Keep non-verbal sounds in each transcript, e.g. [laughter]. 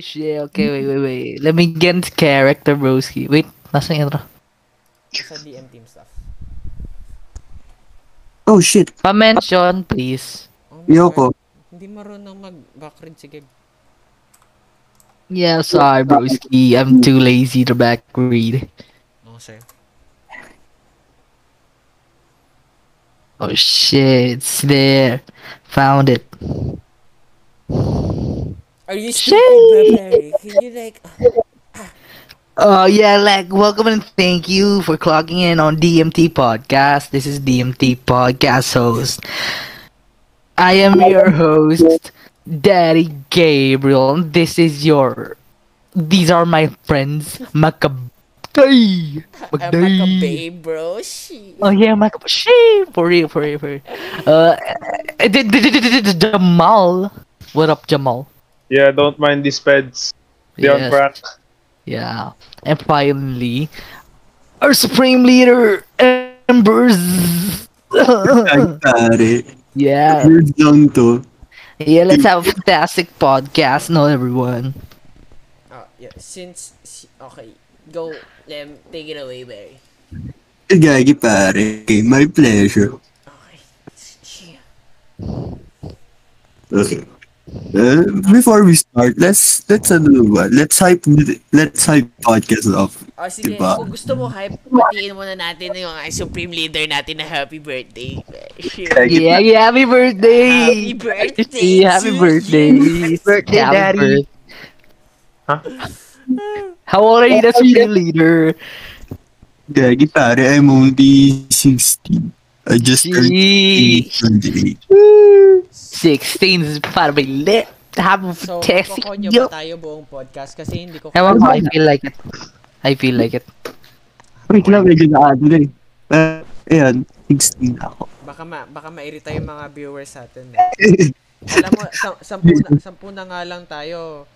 shit, okay, wait, wait, wait. Let me get character, broski. Wait, nasa yung intro? Sa DM team stuff. Oh shit, Pa-mention, please. Oh my Yoko. God, Hindi marunong mag-backread si Gab. Yeah, sorry, broski. I'm too lazy to back read. Oo, sir. Oh shit, it's there. Found it. Are you Shit! still preparing? Can you [laughs] like... Oh yeah, like welcome and thank you for clocking in on DMT Podcast. This is DMT Podcast host. I am your host, Daddy Gabriel. and This is your these are my friends, Makabay. I'm like a babe, bro. Shit. Oh yeah, Makabay. Shit, For real, for real, for real. Uh, eh, d- d- d- d- d- d- Jamal. What up, Jamal? Yeah, don't mind these feds. They on Yes. crack. Yeah. And finally, our supreme leader, Embers. ay pare. [laughs] yeah. Weird down to. Yeah, let's have a fantastic podcast, no everyone. Oh, yeah. Since... si- Okay. Go, Lem. Take it away, Barry. Eh, Gagi pare, my pleasure. Okay. Shit. Okay. Uh, before we start, let's let's ano ba? Let's hype let's hype podcast up. Oh, sige. Diba? Kung gusto mo hype, Diba? batiin muna natin yung ay, supreme leader natin na happy birthday. Shit. Gagi Yeah, yeah, happy birthday. Happy birthday [laughs] Yeah, happy to birthday. [laughs] you. Happy birthday, Daddy. Huh? How old are you, the supreme leader? Gagi pare, I'm only 16. I just turned Gee. 28. 16 is para may lit. Have a So, fantastic kokonyo yo. ba tayo buong podcast? Kasi hindi ko... Ewan ko, I feel like it. I feel like it. Wait lang, medyo na-ano na eh. Uh, ayan, 16 [laughs] ako. Baka, ma, baka mairita yung mga viewers sa atin. eh. Alam mo, sa, sampu, [laughs] na, sampu na nga lang tayo.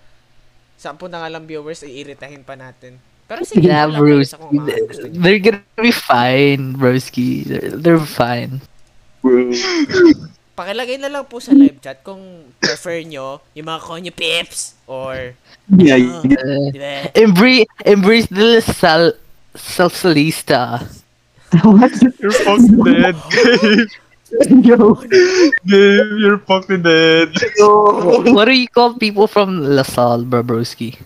Sampu na nga lang viewers, iiritahin pa natin. Pero sige, Yeah, wala kayo Bruce. sa kung mga gusto niyo. They're gonna be fine, broski. They're, they're fine. Bro. Pakilagay na lang po sa live chat kung prefer nyo yung mga konyo pips or... Yeah, ah, yeah. Uh, di ba? embrace, embrace the sal, [laughs] salsalista. [laughs] What? You're fucking [laughs] dead, Gabe. Yo. Gabe, you're fucking dead. what do you call people from Lasal, bro, broski?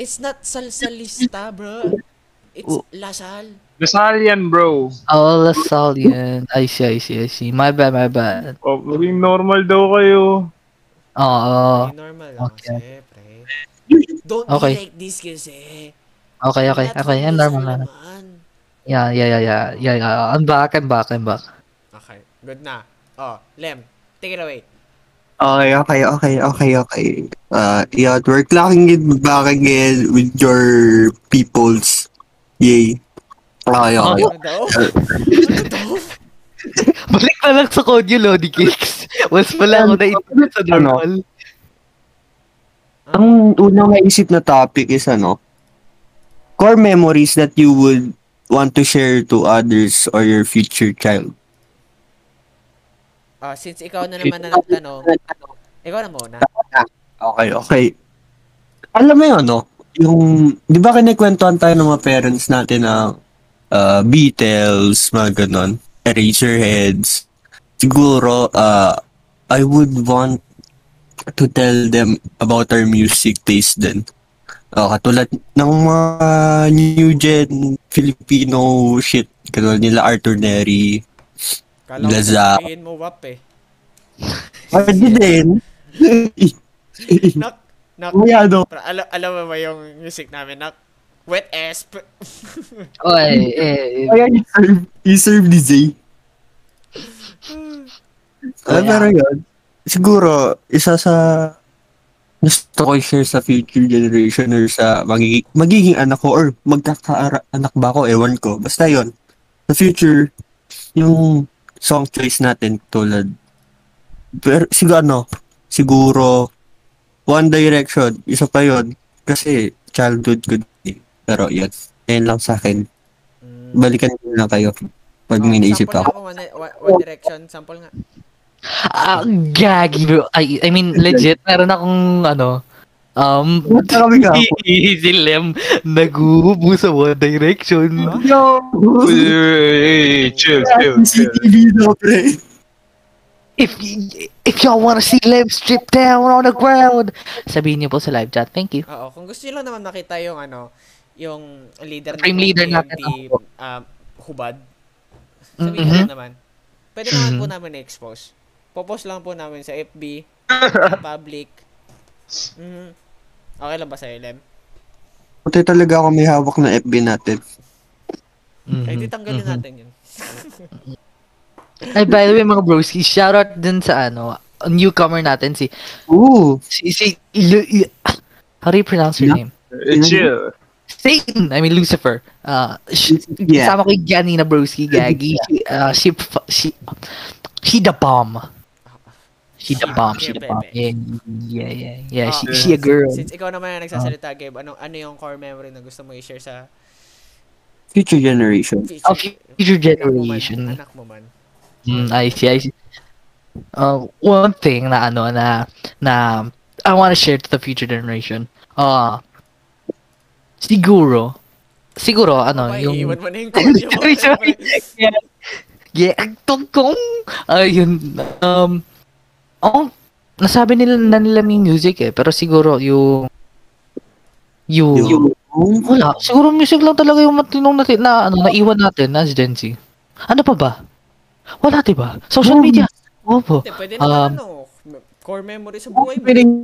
It's not salsalista, bro. It's Oh. lasal. Nasalian, bro. Oh, Lasal yan. I see, I see, I see. My bad, my bad. Oh, maging normal daw kayo. Oo. Yung normal lang Oh. Okay. kasi, pre. Don't Okay. be like this kasi. Okay, okay, okay. Yan, normal na. Yeah, yeah, yeah, yeah, yeah, yeah. I'm back, I'm back, I'm back. [laughs] Okay, good na. Oh, Lem, take it away. Okay, okay, okay, okay, okay. Uh, yeah, we're clocking it back again with your peoples. Yay. Okay, okay. Ano daw? [laughs] Ano daw? Balik na lang sa Kodyo Lodi Kicks. [laughs] Once pala ako na sa normal. Ang unang naisip na topic is ano, core memories that you would want to share to others or your future child. Ah, since ikaw na naman na nagtanong, ikaw na muna. Okay, okay. Alam mo yun, no? Yung, di ba kinikwentuhan tayo ng mga parents natin na uh, Beatles, mga ganon, Eraserheads. Siguro, uh, I would want to tell them about our music taste din. Uh, katulad ng mga new gen Filipino shit. Katulad nila Arthur Neri. Kala ko Laza. sabihin mo wap eh. Pwede [laughs] din. Nak, nak. Kuya, ano? Pra, alam, alam mo ba yung music namin, nak? Wet ass. p- Oy, eh, eh. Ayan, i-serve, i-serve ni Zay. Ah, Kaya- pero yun, siguro, isa sa gusto ko i-share sa future generation or sa magiging, magiging anak ko or magkaka-anak ba ako, ewan ko. Basta yun, sa future, yung song choice natin tulad, pero siguro ano, siguro, One Direction, isa pa yun. Kasi, childhood ko din. eh. Pero yun, yun lang sa akin. Balikan ko na kayo pag Oh, may naisip sample ako. nga One, one, one Direction, sample nga. Ah, gagi bro. I, I mean, legit, meron akong ano, Um, Punta kami nga po. si Lem naguubo sa one direction. Yo! Hey, chill, chill, chill. CCTV daw, pre. If y- if y'all wanna see Lem strip down on the ground, sabihin niyo po sa live chat. Thank you. Oo, kung gusto nyo lang naman makita yung ano, yung leader Team leader natin DMT, ako. um, hubad. Sabihin Mhm. nyo lang naman. Pwede naman Mhm. po namin expose Popost lang po namin [laughs] sa FB, public. Mhm. Okay lang ba sa'yo, Lem? Pati talaga ako may hawak na FB natin. Kahit Mm-hmm. itanggalin natin yun. Mhm. Ay, by the way, mga broski, shoutout dun sa ano, newcomer natin, si, Ooh! si, si, Lu- y- how do you pronounce your name? Chill. Satan, I mean Lucifer. Uh, sh- Yeah. Kasama ko yung Janina Broski, Gagi. She, uh, she, f- she, she the bomb. She the bomb, she the bomb. Yeah, yeah, yeah. yeah. Ah, She, she a girl. Ah. Since ikaw naman ang nagsasalita, Gabe, ano, ano yung core memory na gusto mo i-share sa Future generation. future, Of future Anak mo man. generation. Anak mo man. Mm, I see, I see. Uh, one thing na ano na na I want to share to the future generation. Uh, siguro, siguro ano Ay, yung iiwan mo na [laughs] yung kotse mo. Sorry, sorry. yeah. Yeah, ang tungkong. Ayun. Um, oh, nasabi nila na nila may music eh. Pero siguro yung... Yung... Yung... wala. Siguro music lang talaga yung matinong natin na ano, naiwan natin na si Gen Z. Ano pa ba? Wala, diba? Social Oo. media. Opo. Hindi, pwede Um, naman ano, core memory sa buhay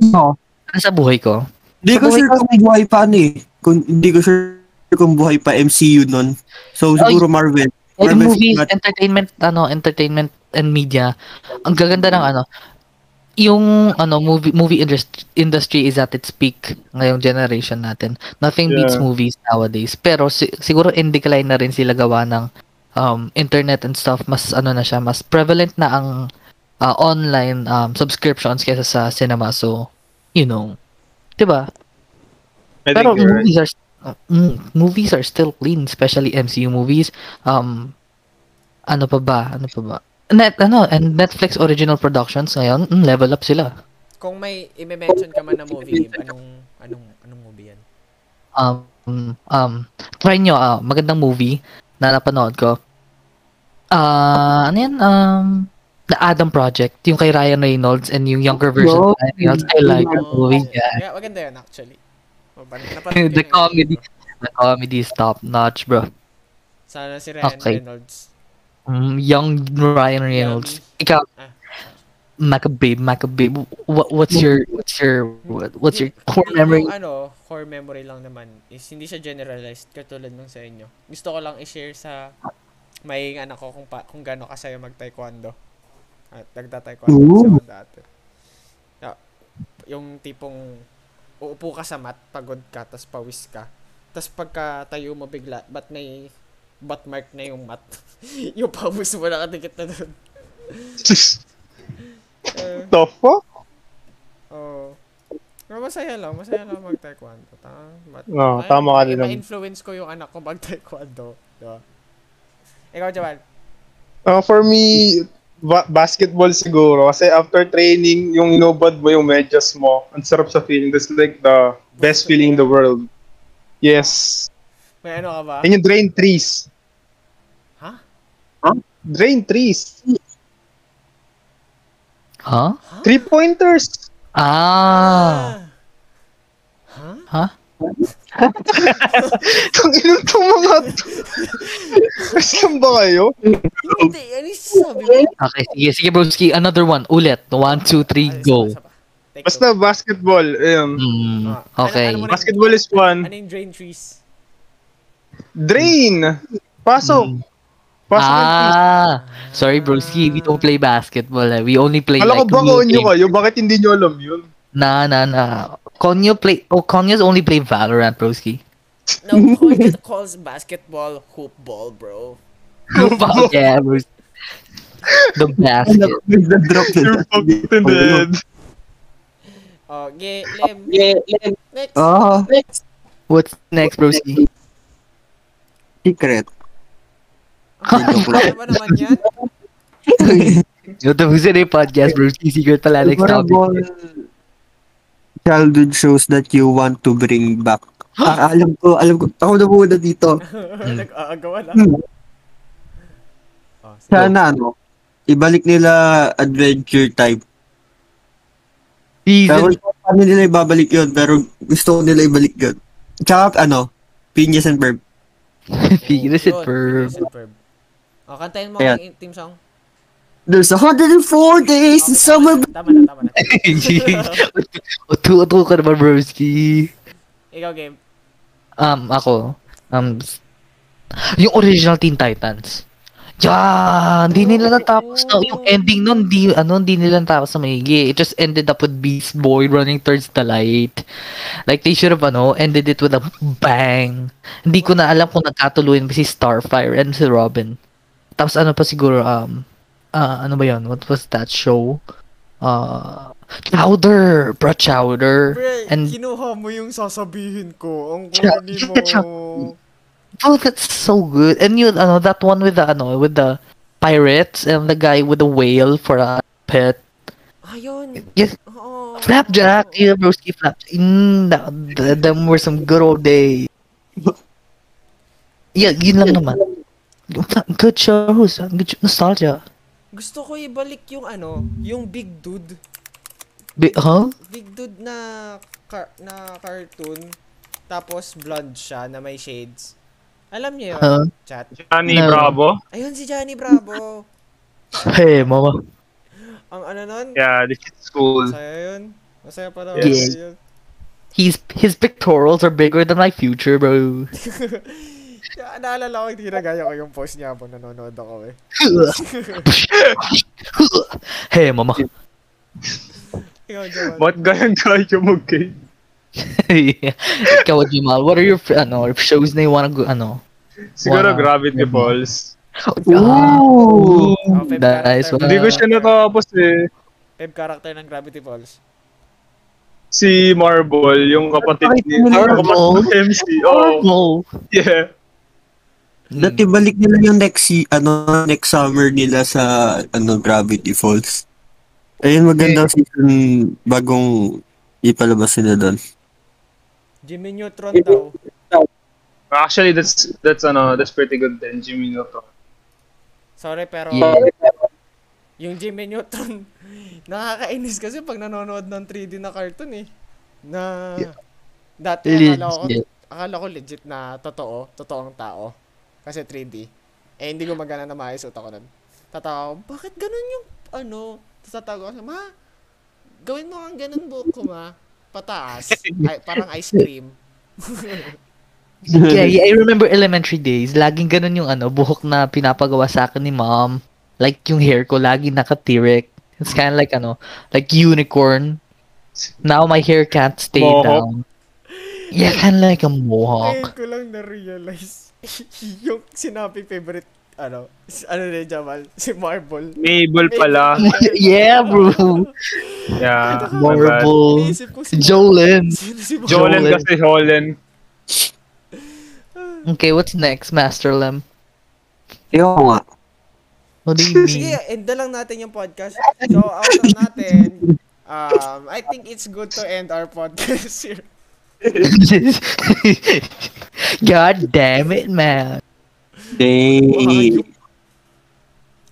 mo. Ano sa buhay ko? Hindi ko sure kung buhay pa ano eh. Kung, hindi ko sure kung buhay pa MCU nun. So, siguro Marvel. Well, Marvel movies, Cinematic- entertainment, ano, entertainment and media. Ang gaganda ng ano, yung ano movie movie industry, industry is at its peak ngayong generation natin. Nothing beats Yeah. movies nowadays. Pero si- siguro in decline na rin sila gawa ng um, internet and stuff. Mas ano na siya, mas prevalent na ang uh, online um, subscriptions kaysa sa cinema. So, you know, Diba? 'di ba? I Pero think you're right. movies are uh, mm, movies are still clean, especially MCU movies. Um ano pa ba? Ano pa ba? Net ano and Netflix original productions ngayon, mm, level up sila. Kung may i-mention ka man na movie, Gabe, anong, anong, anong movie yan? Um um try nyo ah, magandang movie na napanood ko. Ah, ano yan? Um The Adam Project, yung kay Ryan Reynolds and yung younger version No. of Ryan Reynolds. I like that Oh, movie. Yeah. yeah, maganda yan actually. Oh, ban- napanood [laughs] ko the yun. comedy, the comedy is top notch, bro. Sana si Ryan Okay. Reynolds. Mm, young Ryan Reynolds. Ikaw, Ah. Maccabee, Maccabee. What what's your what's your what, what's your core Yung- memory? Yung ano, core memory lang naman is hindi siya generalized katulad nung sa inyo. Gusto ko lang i-share sa may anak ko kung pa, kung gaano kasaya mag-taekwondo. At nagta-taekwondo Ooh. kasi ako dati. Ah, yung tipong uupo ka sa mat, pagod ka, tas pawis ka. Tas pagka tayo mo bigla, ba't may bat mark na yung mat? [laughs] yung pawis mo nakadikit na doon. Eh, The fuck? Oo. Pero masaya lang, masaya lang mag-taekwondo. Tama, but, Oo, Ah, tama ka din naman. influence ko yung anak ko mag-taekwondo. Diba? Ikaw, Jamal. Uh, for me, ba- basketball siguro. Kasi after training, yung inobad mo yung medyas mo, ang sarap sa feeling. That's like the best feeling in the world. Yes. May ano ka ba? And yung drain trees. Ha? Drain trees. Huh? Three pointers. [laughs] Ah. Ha? Tang ino itong mga to. Saan ba kayo? Hindi, ano yung sabi mo? Okay, sige, sige broski, another one. Ulit. One, two, three, Ah, isa go. pa, isa pa. Take Basta basketball. Um, Mm, okay. Ano- ano mo na- basketball is two. one. Ano yung drain trees? Drain. Pasok. Pasok ng trees. Hmm. Ah, sorry broski, we don't play basketball. eh. We only play Kala ko like ba real kaonyo game. kayo? Bakit hindi nyo alam yun? Na na na. Konyo play Oh, Konyo's only play Valorant, [laughs] broski. [laughs] [laughs] No, Koya calls basketball hoop ball, bro. yeah, broski. The basket. The drop na You're fucking dead. Oh, ge, lem, Oh, next. Ah, What's next, broski? [laughs] secret. Ano ba naman yan? [laughs] [laughs] Yo, tapusin na yung podcast, broski. Secret pala next topic. Memorable childhood shows that you want to bring back? Ah, alam ko, alam ko. Ako na muna dito. Nag-aagawa na. Hmm. Oh, sige. Sana ano, ibalik nila adventure type. Pero Season paano nila ibabalik yun? Pero gusto ko nila ibalik yun. Tsaka ano, Pinyas and Verb. Figures it Yun, for Figures it Verb. Oh, kantahin mo Ayan. ang team song. There's 104 days in Okay, summer. Tama na, tama na. tama [laughs] na. Utu-utu ka naman, broski. Ikaw, game. Um, ako. Um, s- yung original Teen Titans. Yan! Hindi nila natapos na. Yung ending nun, di, ano, hindi nila natapos na maigi. It just ended up with Beast Boy running towards the light. Like, they should have, ano, ended it with a bang. Hindi ko na alam kung nagkatuluyan ba si Starfire and si Robin. Tapos ano pa siguro, um, ah, ano ba yun? What was that show? Uh, Chowder! Bro, Chowder! Pre, And- kinuha mo yung sasabihin ko. Ang Siya- corny siya- mo. siya- Oh, that's so good. And you know that one with the ano with the pirates and the guy with the whale for a pet. Ayun. Yes, Ah, Oo. flapjack, yeah, broski flapjack. Mm, that, th- them were some good old days. [laughs] Yeah, yun lang naman. Good shows, good sh- nostalgia. Gusto ko ibalik yung ano, yung big dude. Bi- huh? Big dude na car- na cartoon. Tapos blonde siya na may shades. Alam niyo yun, Huh? chat. Johnny No. Bravo. Ayun si Johnny Bravo. Hey, mama. Ang ano nun? Yeah, this is cool. Masaya yun. Masaya pa daw. Yes. yun. He's his pictorials are bigger than my future, bro. [laughs] Kaya naalala ko, hindi nagaya ko yung post niya habang nanonood ako eh. [laughs] hey, mama. Ikaw, Jowan. Ba't ganyan ka humugay? yeah. Ikaw, Jamal, what are your f- ano, shows na you wanna go, ano? Siguro Wow. Gravity Falls. Ooh! Oh, Feb Nice character. one. Hindi ko siya natapos eh. Feb character ng Gravity Falls. Si Marble, yung kapatid ni... Ah, Marble? Kapatid ni MC. Oh, Horrible. yeah. That ibalik nila yung next si ano next summer nila sa ano Gravity Falls. Ayun maganda season bagong ipalabas nila doon. Jimmy Neutron daw. Actually, that's that's ano, that's pretty good then, Jimmy Neutron. Sorry, pero Yeah. yung Jimmy Neutron, [laughs] nakakainis kasi pag nanonood ng 3D na cartoon eh. Na, dati akala ko, Legit. akala ko legit na totoo, totoong tao. Kasi 3D. Eh, hindi gumagana na maayos utak ko nun. Tatawa ko, bakit ganun yung, ano, tapos tatawa ko, ma, gawin mo ang ganun buhok ko, ma. [laughs] Pataas. Ay, parang ice cream. [laughs] [laughs] Yeah, yeah, I remember elementary days. Laging ganun yung ano, buhok na pinapagawa sa akin ni mom. Like yung hair ko, laging nakatirek. It's kind of like ano, like unicorn. Now my hair can't stay Mohawk. down. Yeah, kind of like a mohawk. Ngayon ko lang na-realize [laughs] yung sinabi favorite, ano, si- ano ni Jamal, si Marble. Mabel pala. [laughs] yeah, bro. Yeah. my bad. Horrible. Naisip ko si Jolin. Sino si Marble? Jolen kasi Holland. Okay, what's next, Master Lem? Ayun Eh, nga. What do [laughs] you Sige, mean? end na lang natin yung [laughs] podcast. So, out na natin. Um, I think it's good to end our podcast [laughs] here. [laughs] God damn it, man. Dang. Eh,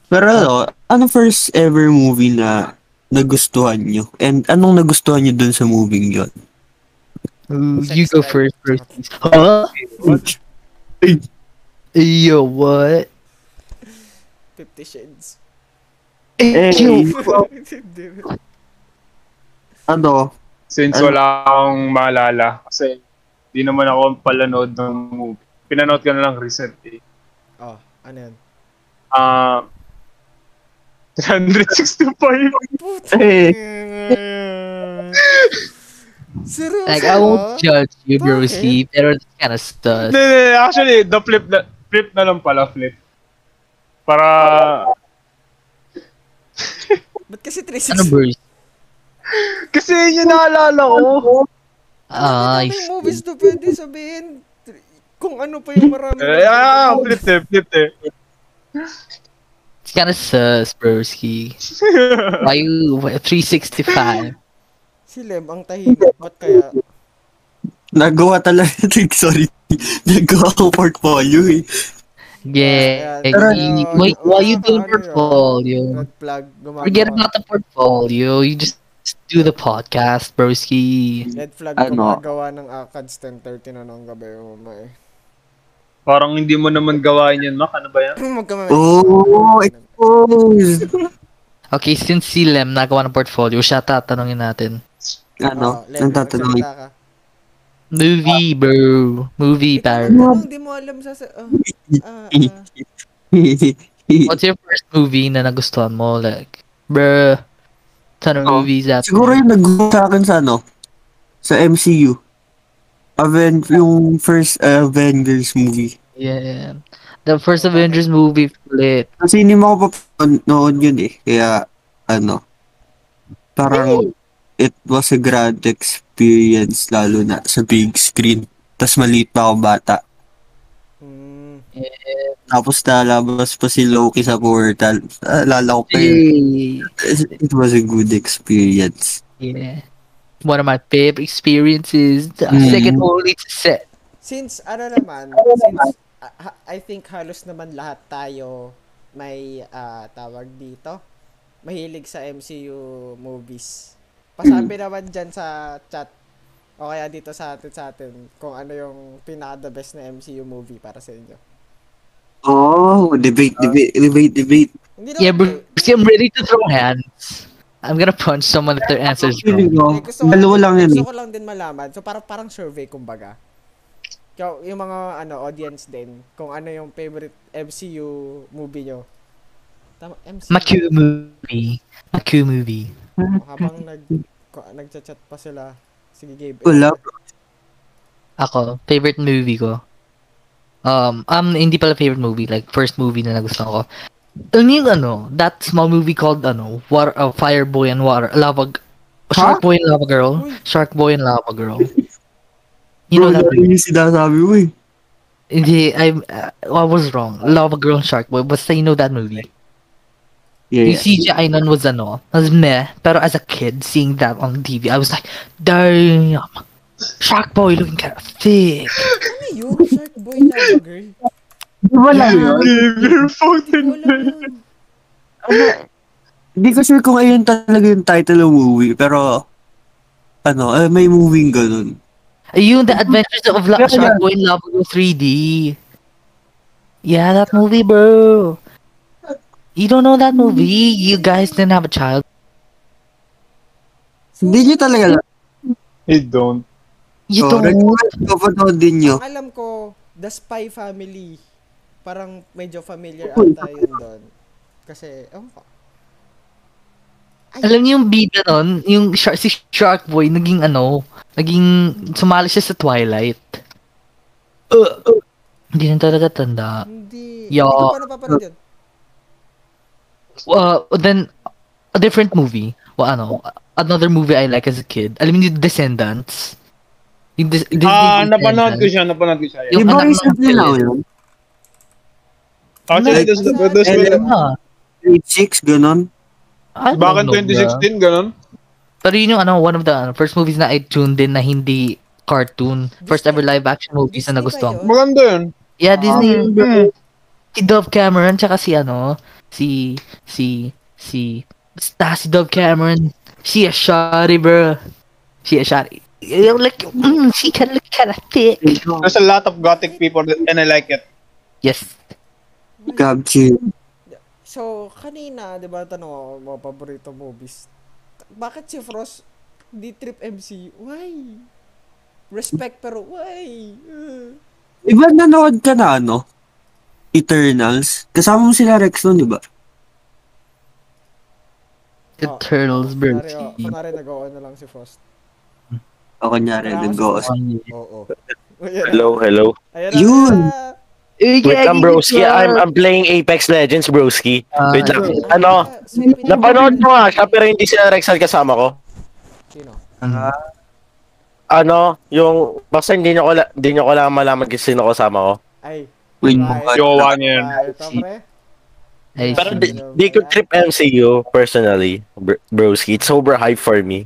Pero ano, ano first ever movie na nagustuhan nyo? And anong nagustuhan nyo dun sa movie yun? Ooh, Sex you go life. first, first. Huh? Yo, what? Fifty Shades. Eh, yo, Eh. Ano? Since Ano? wala akong maalala. Kasi di naman ako palanood ng movie. Pinanood ko na lang recently. [laughs] oh, ano yun? Ah... 365. Eh, Seryoso? like, I won't judge you, bro, Bakit? see, pero it's kind of sus. Hindi, hindi, actually, the flip na, flip na lang pala, flip. Para, Ba't kasi Ano, 360? bro? kasi yun naalala ko. Ah, I Ay, may Ano movies na pwede sabihin. Kung ano pa yung marami. Eh, ah, flip eh, flip [laughs] eh. It's kind of sus, broski. Why you why- 365? Si Lem, ang tahimik. Ba't kaya? Nagawa talaga, [laughs] sorry. Nagawa ko portfolio eh. Yeah. Ayan. Pero- Wait, while you do Ano yun? portfolio, Red flag. Gumagawa. forget about the portfolio. You just do the podcast, broski. Red flag Ano? gumagawa ng ACADS 10.30 na nung gabi. Oh my. [clears throat] Parang hindi mo naman gawain yan, Mac. Ano ba yan? Huwag ka mamaya. Oh, exposed! Okay, since si Lem nagawa ng portfolio, siya tatanungin natin. Oh, Ano? Lem, Ang tatanungin. magsalita ka. Movie, Ah. bro. Movie, par. Ano, Hindi mo alam sa... ah, ah, [laughs] ah. What's your first movie na nagustuhan mo? Like, bruh, ton of Oh, movies out [laughs] Siguro yung nag sa akin sa ano? Sa MCU. Aven yung first Avengers movie. Yeah. The first Avengers movie flip. Kasi hindi mo ko papanood yun eh. Kaya, ano, parang it was a grand experience lalo na sa big screen. Tapos maliit pa ako bata. Hmm. Tapos nalabas pa si Loki sa portal. Alala ko pa yun. It was a good experience. Yeah. One of my favorite experiences. The Mm. Second only to set. Since ano naman, since ah, ha- I think halos naman lahat tayo may ah, tawag dito, mahilig sa MCU movies. Pasabi Hmm. naman dyan sa chat o kaya dito sa atin sa atin kung ano yung pinaka the best na MCU movie para sa inyo. Oh, debate, debate, debate, debate. Hindi Yeah, naman eh, bro. See, I'm ready to throw hands. I'm gonna punch someone if their answers wrong. [laughs] Feeling Eh, ko, gusto ko dalawa lang yun eh. Gusto ko lang din malaman. So, parang, parang survey, kumbaga. Yung, yung mga ano audience din, kung ano yung favorite MCU movie nyo. Tama, MCU. Maku movie. Maku movie. Habang nag, ko- nagchat-chat pa sila. Sige, Gabe. Wala. Ako, favorite movie ko. Um, um, hindi pala favorite movie. Like, first movie na nagustuhan ko. Ano yung ano, that small movie called, ano, War, uh, Fire Boy and Water, Lava, G- Shark Boy and Lava Girl. Shark Boy and Lava [laughs] Girl. You know Bro, that movie? yun yung sinasabi mo eh. Hindi, I, uh, I was wrong. Lava Girl and Shark Boy. Basta you know that movie. Yeah, Yung CGI nun was ano, was meh. Pero as a kid, seeing that on TV, I was like, damn. Shark Boy looking kind of thick. Ano yun? Shark boy na girl. Wala yun. Hindi Gamer ko fucking alam yun. Hindi ko sure kung ayun talaga yung title ng movie, pero ano, eh, may moving ganun. Ayun, The Adventures of La- Yeah, yeah. Sharkboy in Lava Girl 3D. Yeah, that movie, bro. You don't know that movie? You guys didn't have a child. Hindi nyo talaga alam. You don't. You So, don't. recommend ko panoodin din nyo. Alam ko, The Spy Family. Parang medyo familiar Uy. ata yun doon. Kasi, ewan ko. Alam niyo yung bida nun, yung Shar- si Sharkboy naging ano, naging sumali siya sa Twilight. Uh, uh, Hindi na talaga tanda. Hindi. Yo. Hindi ko pa napapanood yun. Uh, then, a different movie. Well, ano, another movie I like as a kid. Alam niyo, Descendants. Yung Des- Disney Ah, Descendants. napanood ko siya, napanood ko siya. Yung Yung ba anak ng recently Phil. lang yun? Like- Actually, that's, that's, Ayun. that's, Ah, Grade 6, ganun? I don't back in Ano know, bruh. 2016, ganun. Ah, Pero yun yung ano, one of the ano, first movies na I tuned in na hindi cartoon. First ever live action movies na Disney ba nagustuhan. ko. yun? Maganda yun. Yeah, Disney yun, Ah. bro. Mm. Si Dove Cameron, tsaka si ano, si, si, si, basta si Dove Cameron. Si Ashari, bro. Si Ashari. Yung like, mm, she can look kinda thick. There's a lot of gothic people and I like it. Yes. Gab, chill. So, kanina, di ba, tanong ako, mga paborito movies. Bakit si Frost, di trip MC? Why? Respect pero why? Uh, Diba nanood ka na ano? Eternals? Kasama mo sila Rex nun, diba? The Oh, Turtles, bro. Kunwari, oh, kunwari nag-on na lang si Frost. O kunyari, Wala then ako go. sa- Oo. Ayan, Hello, hello. ayan, Yun. ayan. Wait lang, broski. I'm, I'm playing Apex Legends, broski. Ah, Wait lang. okay. Ano? Napanood mo nga siya, pero hindi si Rexal kasama ko. Sino? Ah, Ah. Ano? Yung, basta hindi nyo ko, la- hindi nyo ko lang malaman kasi sino kasama ko. Ay, Wait, mga- Jowa niya yun. ah, ito pre. I Pero see. di, di ko trip MCU, personally, br- broski. It's overhyped for me.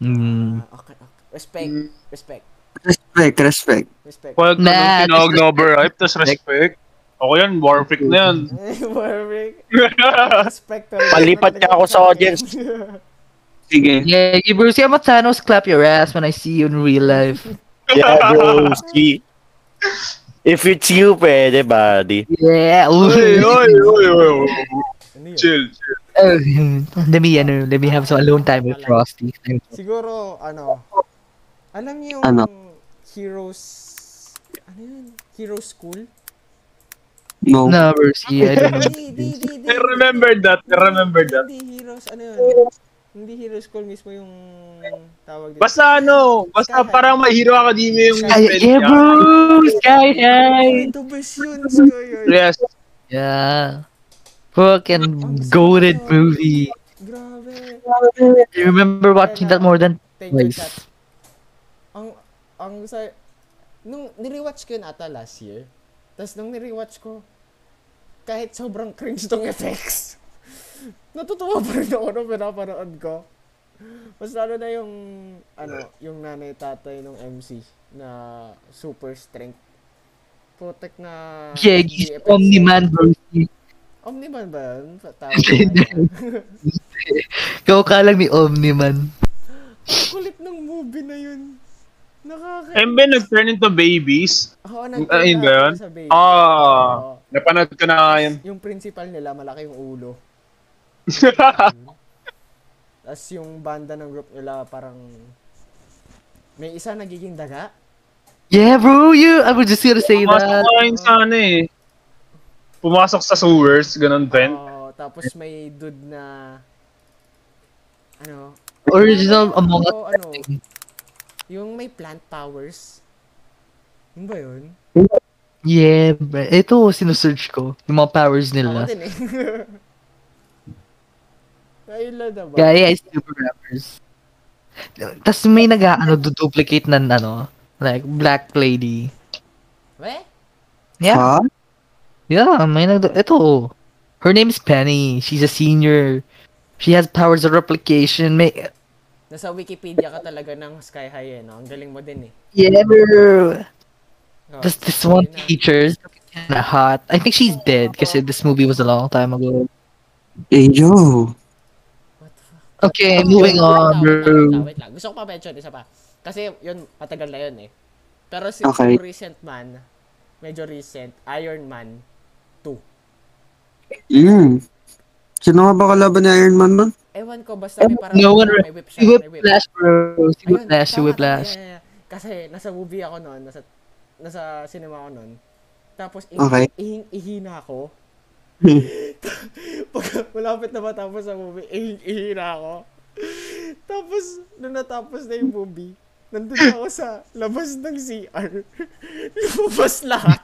Mm. Ah, okay, okay. Respect, Mm. respect, Respect, respect. respect. Huwag ka Nah, nang tinawag just- na overhype, tas respect. Okay yan, Warwick na [laughs] yan. [laughs] Warwick, [laughs] respect. pero- Palipat ka ako sa audience. Sige. Yeah, you Bruce, I'm a Thanos, clap your ass when I see you in real life. Yeah, bro. See? If it's you, pwede, buddy. Yeah. Oy, oy, oy, oy, oy. [laughs] Ano yun? Chill, chill. Oh, [laughs] let me, ano, let me have some alone time with Frosty. Siguro, ano, alam niyo yung Ano? Heroes, ano yun? Hero School? No. No, Brucey, I don't [laughs] know. Di, di, di, di. I remember that, I remember that. Hindi Heroes, ano yun? Hindi Hero School mismo yung tawag dito. Basta ano, basta parang may Hero Academia yung Ay, event yeah, niya. Bruce! Guy, Ay, guy! the best yun, Sky. Yes. Yeah. Fucking goaded movie. Grabe. I remember watching that more than Thank you, chat. twice. Ang, ang sa, nung nirewatch ko yun ata last year, tapos nung nirewatch ko, kahit sobrang cringe tong effects, [laughs] natutuwa pa rin ako nung pinapanood ko. Mas lalo na yung, ano, yung nanay tatay nung MC na super strength. Putek na... Yeah, hindi he's effects yun. Omni-Man, Brucey. Omniman ba yun? Tawag yun. Ikaw ka lang ni Omni-Man. Kulit ng movie na yun. Nakaka... MB nag-turn into babies. Oo, Ah, yun ba yun? sa baby. Ah, Oo. napanood ko na nga yun. [laughs] Yung principal nila, malaki yung ulo. Tapos yung banda ng group nila, parang... May isa nagiging daga. Yeah, bro, you. I was just gonna say Pumasok that. nga yun sa ano eh. Pumasok sa sewers, ganun vent. Oo, tapos may dude na... Ano? Original Among Us. Oo, ano? Yung may plant powers. Yun ba yun? Yeah, bro. Ito, sinusearch ko. Yung mga powers Ako nila. din eh. [laughs] Ayun lang naman. Gaya is super rappers. Tapos may nag ano, duplicate ng ano, like Black Lady. Weh? Yeah, Ha? yeah, may nag ito. Her name is Penny. She's a senior. She has powers of replication. May Nasa Wikipedia ka talaga ng Sky High eh, no? Ang galing mo din eh. yeah, bro. Oh, Tapos this one yun na. teacher is kinda hot. I think she's dead kasi this movie was a long time ago. Hey, Eh, yo. What the fuck? Okay, moving on, Wait lang, wait lang, bro. wait lang. Gusto ko pa mention isa pa. Kasi yun, matagal na yun eh. Pero si Okay. yung recent man, medyo recent, Iron Man. Mm. Sino nga ba kalaban ni Iron Man nun? Ewan ko, basta may parang No one may whip Si siya, may whip. Whiplash, bro. Si Ayun, Whiplash, si tama, tama, Whiplash. yeah, yeah, yeah. Kasi nasa movie ako noon, nasa, nasa cinema ako noon. Tapos, i- Okay. ihing- ihina ako. Pag malapit na matapos ang movie, ihing- ihina ako. Tapos, nung natapos na yung movie, nandun na ako sa labas ng CR. [laughs] Lumabas lahat.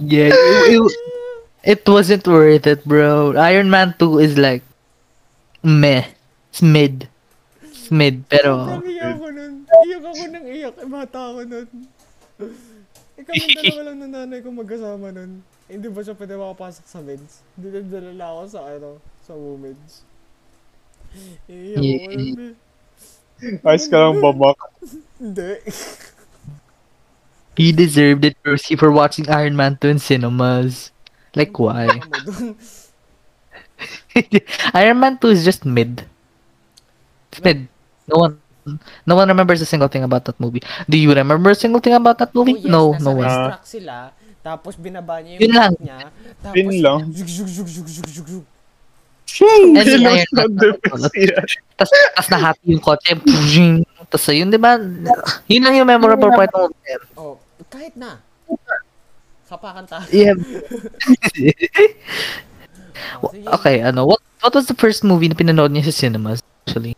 Yeah, it, it, it wasn't worth it, bro. Iron Man 2 is like meh. It's mid. It's mid, pero Ah, Parang iyak eh. ako nun. Iyak ako ng iyak. Eh, bata ako nun. Eh, kami dalawa lang ng nanay ko magkasama nun. Hindi ba siya pwede makapasok sa meds? Dinadala lang ako sa ano, sa women's. Iiyak ako Yeah. nun eh. [laughs] Ayos ka lang, babak. Hindi. he deserved it, bro. See, for watching Iron Man 2 in cinemas. Like, why? [laughs] Ano dun? Iron Man 2 is just mid. It's mid. No one no one remembers a single thing about that movie. Do you remember a single thing about that Oh, movie? yes, no, nasa no one. restaurant sila. Tapos binaba niya Yun yung lang. utak niya. Tapos Yun lang. Zug, zug, zug, zug, zug, zug, zug. Shame! And yung Iron Man Emotional 2, defense niya. Tapos, tapos nahati yung kotse. Pshing. Tapos yun, di ba? Yun lang yung memorable part ng movie. Oh, kahit na. Sapakan tayo. Yeah. Sige. okay, ano, what what was the first movie na pinanood niya sa cinemas, actually?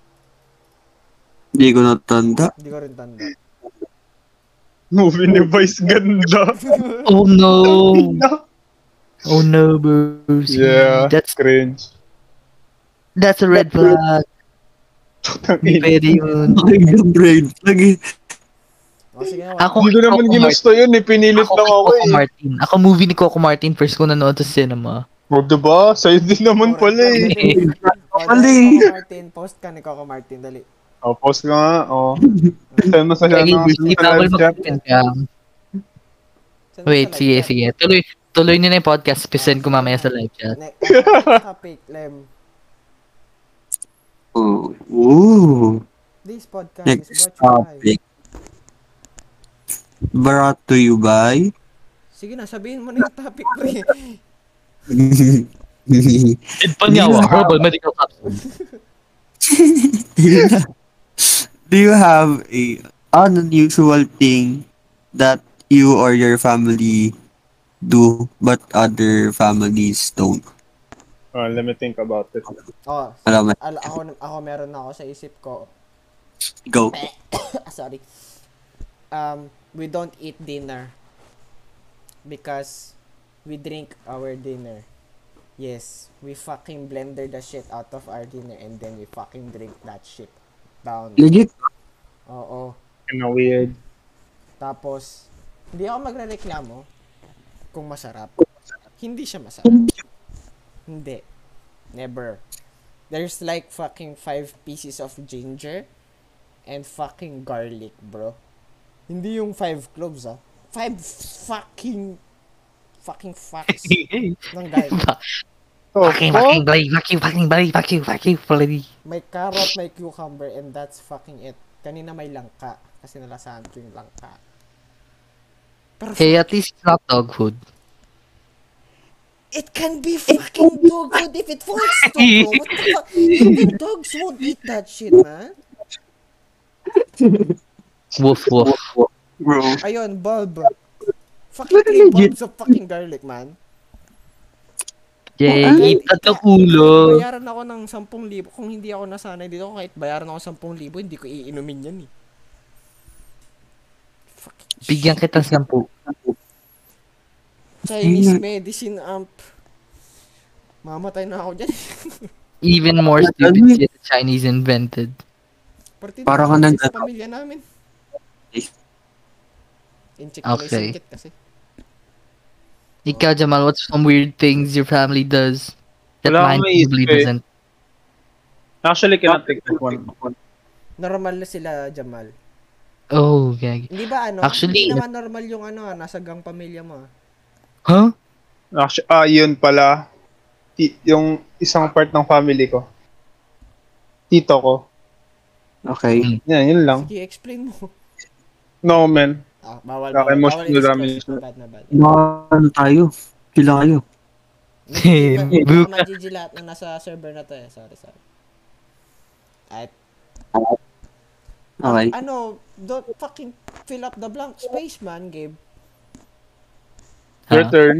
Hindi ko natanda. [laughs] Hindi ko rin [laughs] tanda. Movie ni Vice ganda. Oh no! Oh no, Bruce. yeah, That's, cringe. that's a red flag. Hindi pwede yun. Ay, eh. yung brain. Lagi. Oh, sige, wala. Ako, Hindi ko naman Coco ginusto yun, eh. Martin. Pinilit Ako lang kay ako Coco eh. Martin. Ako Oh, movie ni Coco Martin, first ko nanood sa cinema. O, diba? Sa'yo din naman pala eh. Eh, Mali. Coco Martin, post ka ni Coco Martin, dali. Oh, post ka nga. Oh. Send mo sa siya Sige, ng sige, sa bawal live chat. mag-open ka. Send mo Wait, sa live sige, chat. sige. Tuloy, tuloy nyo na yung podcast. Pisend ko mamaya sa live chat. Next next topic, Lem. Oh. Ooh. This podcast is brought to you Next by... topic. Brought to you by... [laughs] Sige na, sabihin mo na yung topic, pre. [laughs] Hindi na- herbal medical supplement. Do you have a an unusual thing that you or your family do but other families don't? Oh, let me think about it. Oh, Alam mo, al ako, ako meron na ako sa isip ko. [laughs] go. Ah, sorry. Um, we don't eat dinner because we drink our dinner. Yes, we fucking blender the shit out of our dinner and then we fucking drink that shit down. Legit? Oo. Kinda weird. Tapos, hindi ako magrereklamo kung masarap. Hindi siya masarap. Hindi. Never. There's like fucking five pieces of ginger and fucking garlic, bro. Hindi yung five cloves, ah. Five fucking fucking [laughs] fucks ng garlic. Oh, Fucking, fuck. fucking, bloody, fucking, fucking, bloody, fucking, fucking, bloody. May carrot, may cucumber, and that's fucking it. Kanina may langka. Kasi nalasahan ko yung langka. Pero Hey, at least it's not dog food. It can be fucking dog food if it [laughs] wants to. bro. What the fuck? Even dogs won't eat that shit, man. Woof, woof. Bro. Ayun, bulb. Fucking three bulbs of fucking garlic, man. Jay, eat at the ulo. Bayaran ako ng 10,000. Kung hindi ako nasanay dito, kahit bayaran ako 10,000, hindi ko iinumin yan eh. Fucking Bigyan kita ng sampu. Chinese medicine amp. Mamatay na ako dyan. [laughs] Even more stupid shit the Chinese invented. Partido Parang ako ka kasi nag- sa pamilya namin. Incheck okay. Eh. Okay. sakit kasi. Ikaw, Jamal, what's some weird things your family does that Wala akong mine maisip probably eh. doesn't? Actually, cannot take that one. Normal na sila, Jamal. Oh, gag. Hindi ba ano? Actually- hindi naman normal yung ano, ah, nasa gang pamilya mo. ah. Huh? Actu- ah, yun pala. Ti- yung isang part ng family ko. Tito ko. Okay. Yan, yun lang. Sige, explain mo. No, man. Ah, bawal Baka bawal. emotional bawal damage. i-discuss. Bad na [laughs] bad. Ano tayo? Sila kayo. Baka ma-GG lahat na nasa server na to eh. Sorry, sorry. At, Okay. ano, don't fucking fill up the blank space, man, Gabe. Your Huh? [laughs] turn.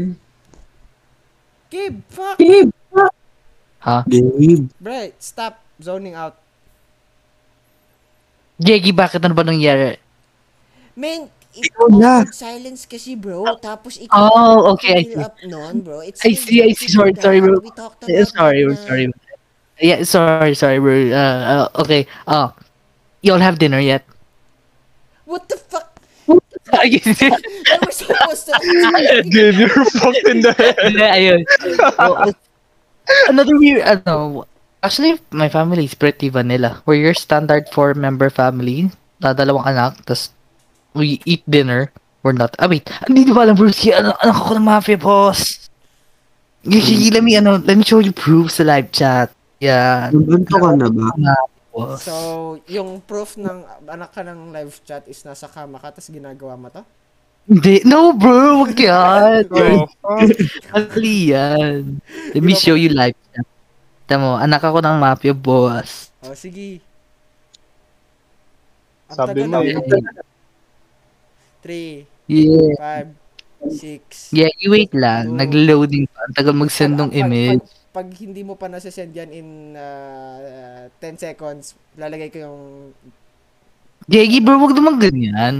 Gabe, fuck! Huh? Gabe. Bre, stop zoning out. Jeggy, bakit ano ba nangyari? Man, Ikaw na. awkward silence kasi bro, tapos ikaw Oh, okay, I fill see. up nun, bro. It's I see, I see. Sorry, sorry, bro. We talked Eh, about Sorry, it bro, na- sorry. Yeah, sorry, sorry, bro. Uh, uh, okay. Uh, y'all have dinner yet? [laughs] What the fuck? yeah, We were supposed to... [laughs] Gabe, you're fucked in the head. ayun. Oh, another weird, ano, actually, my family is pretty vanilla. We're your standard four-member family, na dalawang anak, tas we eat dinner. We're not, ah, wait, hindi ko alam, Bruce, ano, anak ko ng mafia, boss. You, you- let me, ano, let me show you proof sa live chat. Yeah. Nagbunto ka na ba? boss. So, yung proof ng anak ka ng live chat is nasa kama ka tapos ginagawa mo to? Hindi, no, bro, wag yan. Oh, fuck. Actually, yan. Let me show you live chat. Tama mo, anak ako ng mafia, boss. O, sige. Ang Sabi tagal mo na- eh. 3, Yeah. 5, 6. Yeah, you wait lang. So- Nag-loading pa. Ang tagal mag-send ng image. Pag, hindi mo pa nasasend yan in uh, 10 seconds, lalagay ko yung... Jeggy, bro, wag naman ganyan.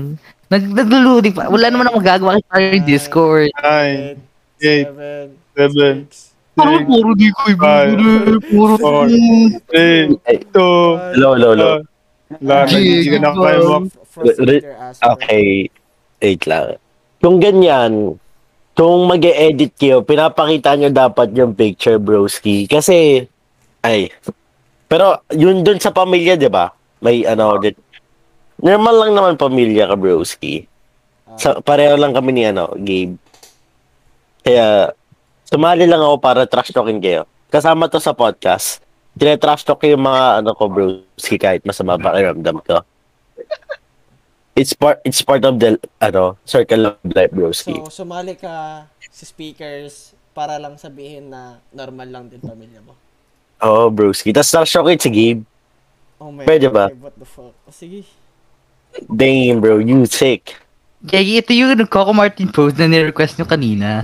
Nag- Nag-loading pa. Wala naman akong magagawa kasi tayo yung Discord. Nine, eight, 7, seven, 6, Parang six, puro di ko Five. ibigay. Puro Four. three, two, Hello, hello, hello. one. Wala, Gabe, hindi ka nakapalwak. Re- Okay, wait lang. Kung ganyan, kung mag edit kayo, pinapakita nyo dapat yung picture, broski. Kasi, ay, Pero yun dun sa pamilya, di ba? May ano, di- normal lang naman pamilya ka, broski. Sa, pareho lang kami ni ano, Gabe. Kaya, sumali lang ako para trash talking kayo. Kasama to sa podcast. Tine-trash talk ko yung mga ano ko, broski, kahit masama pa kiramdam ko. It's part it's part of the ano circle of life, broski. So, sumali ka sa speakers para lang sabihin na normal lang din pamilya mo. Oh, broski. Tapos trash talking si Gabe. Oh my Pwede ba? God, what the fuck? Sige. Damn, bro, you sick. Jay, ito yung Coco Martin post na nirequest nyo kanina. [laughs]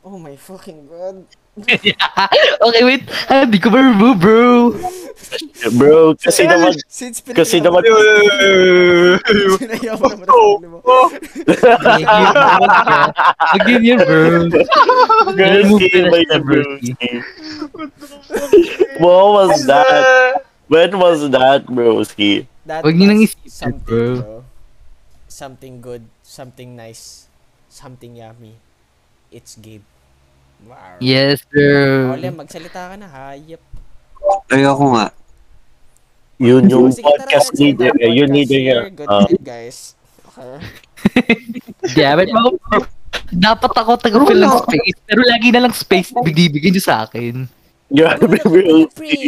Oh my fucking God. okay, wait. Ah, Hindi ko ma-remove, bro. Bro, kasi naman Since Kasi pinayaman- naman- [laughs] Oh, Pinayaman naman ang sarili mo. [laughs] Thank you. Huwag yun yun, bro. Remove ko na by siya, the bro. What was that? [laughs] When was that, broski? That Huwag niyo was nang isipin, bro. Something good, something nice, something yummy. It's Gabe. Wow. Yes, bro. Ole, magsalita ka na, hayop. Ayoko nga. Yun yung Sige, tara, podcast let's end leader. our eh. Yun podcast leader niya. here. Good [laughs] Ah, night, guys. Okay. Damn it. Dapat ako tagapil ng space. Pero lagi na lang space binibigay nyo sa akin. Grabe, broski. Pre,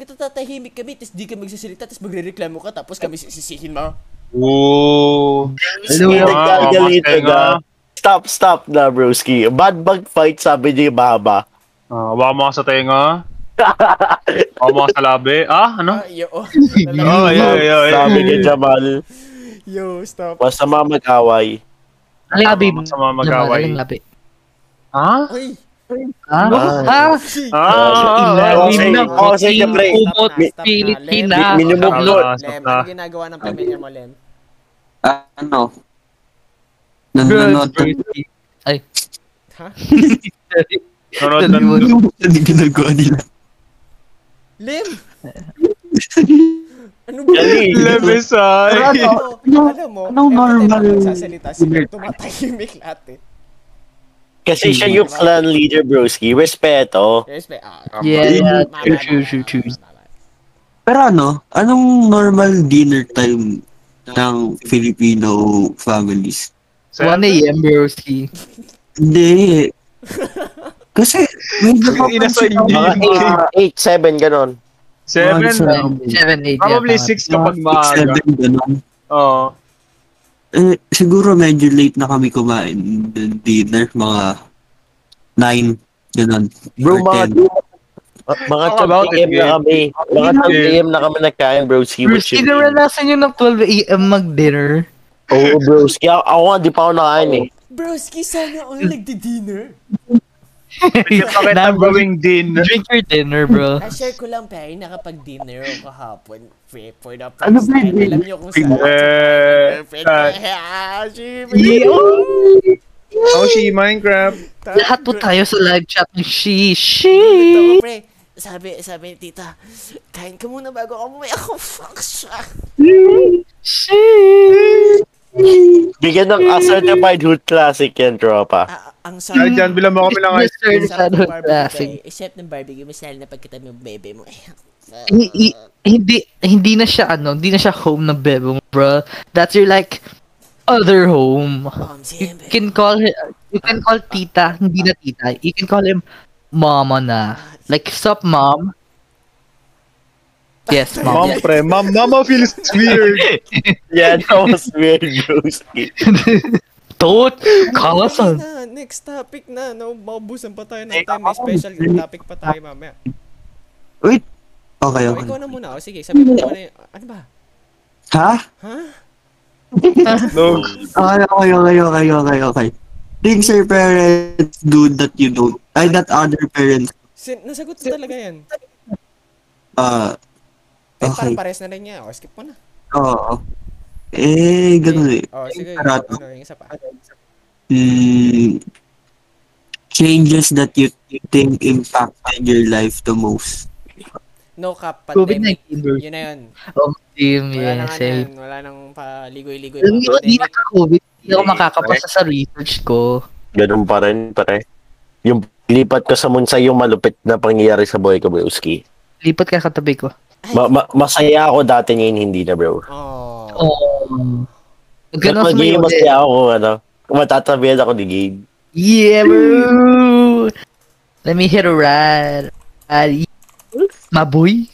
katatatahimik kami, tapos di ka magsasalita, tapos magre-reklamo ka, tapos kami sisisihin mo. Ooh. Hello, Sige, yo. nagkagalito mamamatay na. ah. Stop, stop na, broski. Bad bug fight, sabi ni Mama. Ah, baka mga sa tenga. baka mga sa labi. Ah, ano? Ah, yo. Ah, Oh, yeah, yeah, yeah. Sabi ni Jamal. Yo, stop. Masama mag-away. Alabi. Masama mag-away. Alabi. Ha? Ah. Uy, Ha? Ha? Ah, Oh, oh, okay. sige. Ilalim Oh, sige, ng pre. kumot, Stop na, pilit stop na. kina. Minimum Tama, load. stop Lem, na. ano ginagawa ng pamilya mo, Lem? Ah, ano? Good, Nanonood bro. Ha? Nanonood ng [laughs] Dalawa. [laughs] Ano ginagawa nila? Lem! ano ba? Dali. Levis, ay. Ano, alam mo, Anong every time normal- ako nagsasalita sila, tumatahimik lahat eh. Kasi siya yung clan leader, broski. Respeto. Respect. Ah, Yeah, mama, true, true, mama, true, true. mama. Pero ano, anong normal dinner time ng Filipino families? 1 a.m. broski. Hindi. Kasi, medyo Inasal papansin [laughs] din. Mga 8, 7, ganon. Seven. Seven. 7, 8. Probably six kapag maaga. Seven, ganun. Oo. Eh, siguro medyo late na kami kumain ng dinner, mga nine, ganun. or Bro, mga 10. Uh, mga Talk 12 about it, AM na Gabe. kami. Mga about 12 it. AM na kami nagkain, broski. What Broski, you mean? naranasan nyo ng 12 a.m. mag-dinner. Oo, broski. Ako, ako nga, di pa ako nakain eh. Broski, sana all nagdi-dinner. Hindi pa kita Nah, bro, going [laughs] din. Drink your dinner, bro. Na-share ko lang, pare, nakapag-dinner ako kahapon. Pre, for the first Ano ba time. yung Alam niyo kung saan. Eh, Girlfriend, ah, [laughs] ah, shit. Oh, she Minecraft. Lahat po tayo sa live chat ni She. She! Ito ko, pre. Sabi, sabi, tita, kain ka muna bago ako may [laughs] ako. Fuck, siya. She! Bigyan ng a certified hood classic yan, tropa. Ah, ang sarap. Ay, dyan, bilang ako ng ice Mr. cream. Sarap Ricardo ng barbecue. Classic. eh. Except ng barbecue, mas lalo na pagkatabi ng bebe mo. eh. Hi- hi- Hindi, hindi na siya, ano, hindi na siya home na bebo mo, bro. That's your, like, other home. Mom, You siyempre. can call her, you can call tita, hindi na tita. You can call him mama na. Like, sup, mom? [laughs] Yes, mom. Mom, pre. Mom, mama feels [laughs] weird. Yeah, that was weird, broski. Tot, Ayun [laughs] Carlson. na, next topic na. No, maubusan pa tayo ng time. May special topic pa tayo mamaya. Wait. Okay, Oh, okay. ikaw na muna. Oh, sige, sabi mo muna yung... Ano ba? Ha? Ha? No. Okay, okay, okay, okay, okay, okay. Things your parents do that you don't, ay, that other parents, Sin nasagot na talaga yan. uh, Eh, parang okay. pares na rin niya. Oh, skip mo na. Oo. Eh, ganun eh. Oh, sige. Sarap. Ano yung isa pa? Mm, changes that you think impacted your life the most. No cap, COVID-19, pandemic. bro. Yun na yun. Oh, team, Wala na yes. nga na eh. yun. Wala nang paligoy-ligoy. Alam niyo, Mga hindi pandemic. nagka-COVID. Hindi ako makakapasa sa research ko. Ganun pa rin, pare. Yung lipat ko sa Munsay yung malupit na pangyayari sa buhay ko, broski. Lipat ka katabi ko. Ma- ma- masaya ako dati ngayon hindi na bro. Oh. Oh. Pag Ganun mag-game, ngayon eh. masaya ako ano. Matatabihan ako ni game. Yeah, bro. [laughs] Let me hit a ride. Ride. Maboy.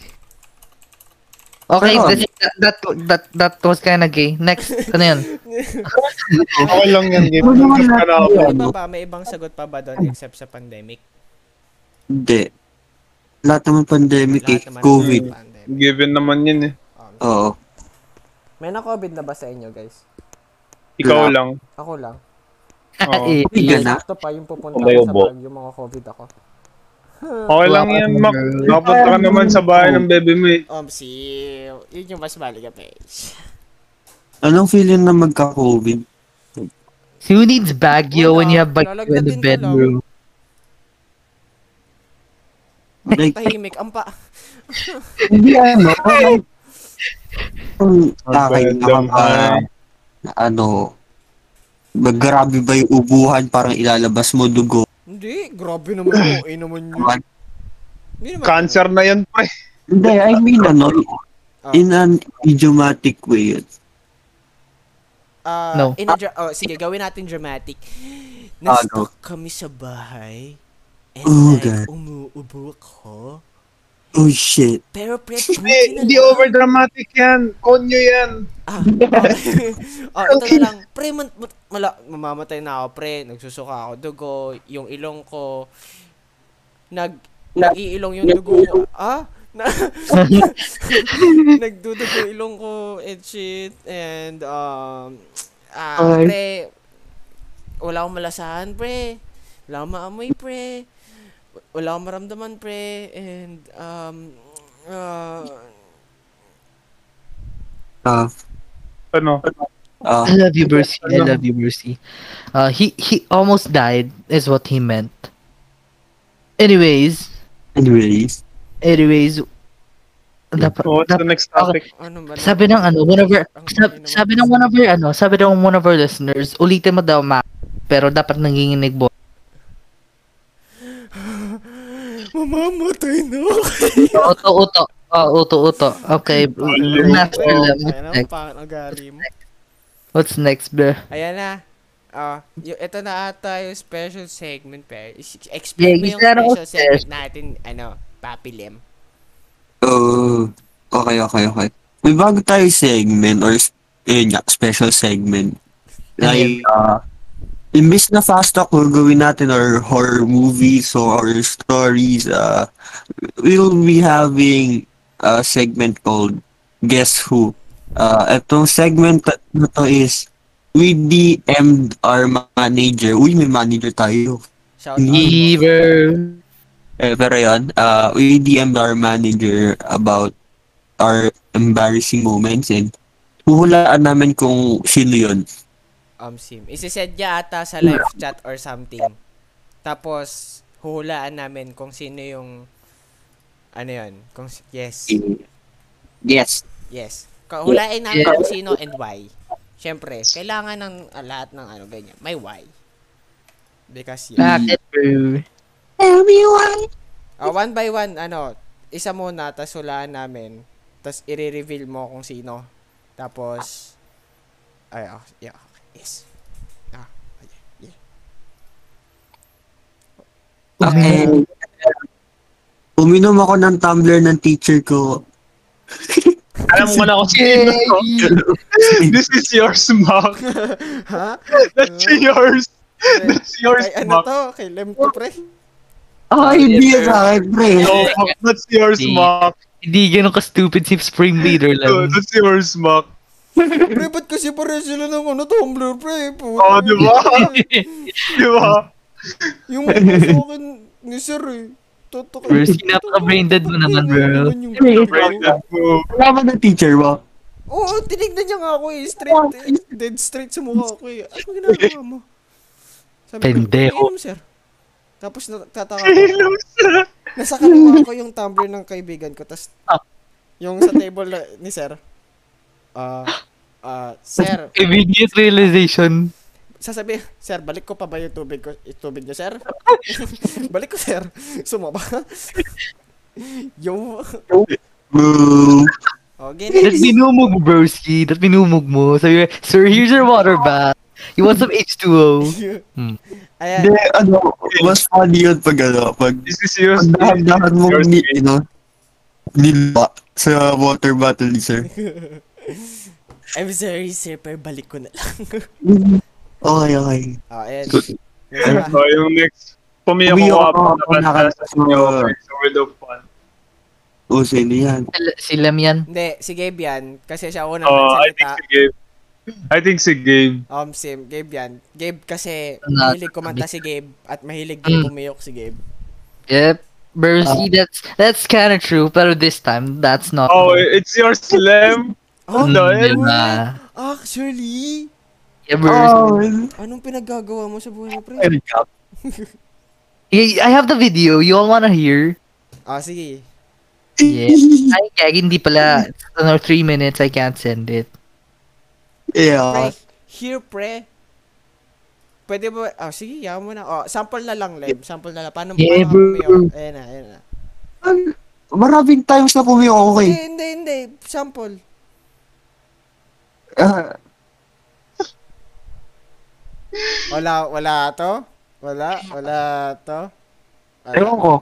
Okay, Pero- that, that, that, that was kinda gay. [laughs] Next, ano yun? [laughs] Okay lang yan, game. Wala naman Ano ako? natin Ano yan. ba? May ibang sagot pa ba doon except sa pandemic? Hindi. Lahat naman pandemic eh. Lahat naman Mm. COVID. ng pandemic. Given naman yun eh. Oo. May na-COVID na ba sa inyo, guys? Ikaw Wala. lang. Ako lang. Oo. Eh, Uy, gana. Sakto pa yung pupunta Kumayo ko sa bo. Baguio, mga COVID ako. Okay lang yan, Mac. Nakapunta ka naman sa bahay ng bebe mo eh. Um, si... Yun yung mas mahalaga, page. Anong feeling na magka-COVID? who needs Ano? Baguio when you have Baguio in Wala, the lalagdatin ko bedroom? Like, Tahimik, ang pa... [laughs] hindi ano. parang- Ang takay Random naman high. na ano, magrabe ba yung ubuhan parang ilalabas mo dugo? Hindi, grabe naman mo. Eh naman yun. Hindi naman. Cancer na yan, pre. Hindi, I mean ano, in an idiomatic way. Ah, No. In a dra- oh, sige, gawin natin dramatic. Ah, Nastuck kami sa bahay. And Oh, like, God. umuubo ako. Oh shit. Pero pre, buti Hindi, na hindi lang. over dramatic yan. Konyo yan. [laughs] Ah, oh, oh, ito na lang. Pre, man, mat- mala, mamamatay na ako, pre. Nagsusuka ako dugo. Yung ilong ko, nag, nag-iilong yung dugo ko. Ah? Na, [laughs] nagdudugo yung ilong ko and shit. And, um, ah, Ay. pre, wala akong malasahan, pre. Wala akong maamoy, pre. Wala akong maramdaman, pre. And, um, ah, Ah, Ano? ah, I love you, Mercy. I love you, Mercy. Uh, he he almost died is what he meant. Anyways, anyways. anyways, dapat, Oh, what's dapat the next topic? ano ba? sabi ng ano, one of our, Ang sabi, ina mo. sabi ng one of our, ano, sabi ng one of our listeners, ulitin mo daw, ma, pero dapat nanginginig mo. Mamamatay na Uto, uto. Oh, uto, uto. Okay. Last film. What's Ayan ang next? pangagali mo. What's next, bro? Ayan na. Ah, yung, ito na ata yung special segment, pero Yeah, explain mo yung isa na ako special segment first. natin, ano, Papi Lim. Oh, okay, okay, okay. May bago tayo segment or s- eh, nga, special segment. Like, uh, imbis na fast talk, we'll gawin natin our horror movies or horror stories. Uh, we'll be having a segment called Guess Who. Uh, itong segment ta- na to is we DM'd our manager. Uy, may manager tayo. Shout out. Yeah, bro. Eh, pero yun, uh, we DM'd our manager about our embarrassing moments and huhulaan namin kung sino yun. Um, Sim. Isisend niya ata sa live chat or something. Tapos, huhulaan namin kung sino yung, ano yun, kung, si- yes, Yes. yes. Hulaan namin kung sino and why. Siyempre, kailangan ng ah, lahat ng ano, ganyan. May why. Because yun. Bakit, bro? Ah, one by one, ano, isa muna, tas hulaan namin. Tas i-reveal mo kung sino. Tapos, ay, ah, yeah, yes. [laughs] Ah, ay, yeah. Okay. Uminom ako ng tumbler ng teacher [laughs] ko. Alam ko na kung sino. Oh, Yay! This is yours, Mac. ha? That's yours. That's yours, Kay ano Mac. to? Kay Lem to, pre? Ay, hindi yes, sa akin, ah, pre. No, Mac, that's yours, Hindi. Mac. Hindi ganun ka-stupid si Spring Leader No, lang. Oh, That's yours, Mac. pre, ba't kasi pare sila ng ano, Tumblr, pre? Puto. Oh, di [laughs] ba? Di ba? Yung mga sa akin ni Sir, eh. Totoo. Bro, sinapaka-braindead mo naman, bro. Yung- Right, that move. Wala ba ng teacher mo? Oo, tinignan niya nga ako eh. Straight, eh, dead straight sa mukha ko eh. Ano ginagawa mo? Sabi ko, Pendejo. "Inom, sir. Tapos natataka ko. Nasa kaliwa ko yung tumbler ng kaibigan ko. Tapos, Ah. yung sa table na, ni sir. Ah, ah, sir. [laughs] Immediate realization. Sasabi, sir, balik ko pa ba yung tubig ko? Yung tubig niyo, sir? [laughs] balik ko, sir. Sumaba. [laughs] yung, Boo! Oh, That ganyan. minumog mo, broski. That minumog mo. Sabi mo, sir, here's your water bath. You want some H2O? Ayan. Hindi, ano, mas funny yun pag ano, pag This is yours. Ang dahan-dahan mong ni, ano, nilba sa water bottle, sir. I'm sorry, sir, pero balik ko na lang. Okay, okay. oh, ayan. Good. Meron pa. So, yung next Pumiyak Umiyak ko ako, ako na nakalabas kanta sa ako. inyo. is a word of fun. O, sino yan? Sila- Sila yan. Hindi, si Gabe yan. Kasi siya una Oh, I think nagsalita. si Gabe. I think si Gabe. Um, same. Gabe yan. Gabe kasi Not- mahilig kumanta si Gabe at mahilig Mm. din pumiyok si Gabe. Yep. Ah. Broski, that's that's kind of true, but this time, that's not. Oh, eh, it's your slam. Oh, Mm, dahil- diba? actually, Yeah, Oh. Broski. anong pinaggagawa mo sa buhay mo, pre? Yeah, I have the video. You all wanna hear? Ah, sige. [laughs] Yeah. Ay, gag, hindi pala. It's another three minutes. I can't send it. Yeah. Ah. Pre, here, pre. Pwede ba? Ah, sige, yaman mo na. Oh, sample na lang, Lem. Sample na lang. Paano mo Yeah, yeah, bro. Ayan na, ayan na. Maraming times na pumiyak ako kay. Hindi, hindi, hindi. Sample. Ah, Wala, wala to? Wala, wala to? Ano ewan ko.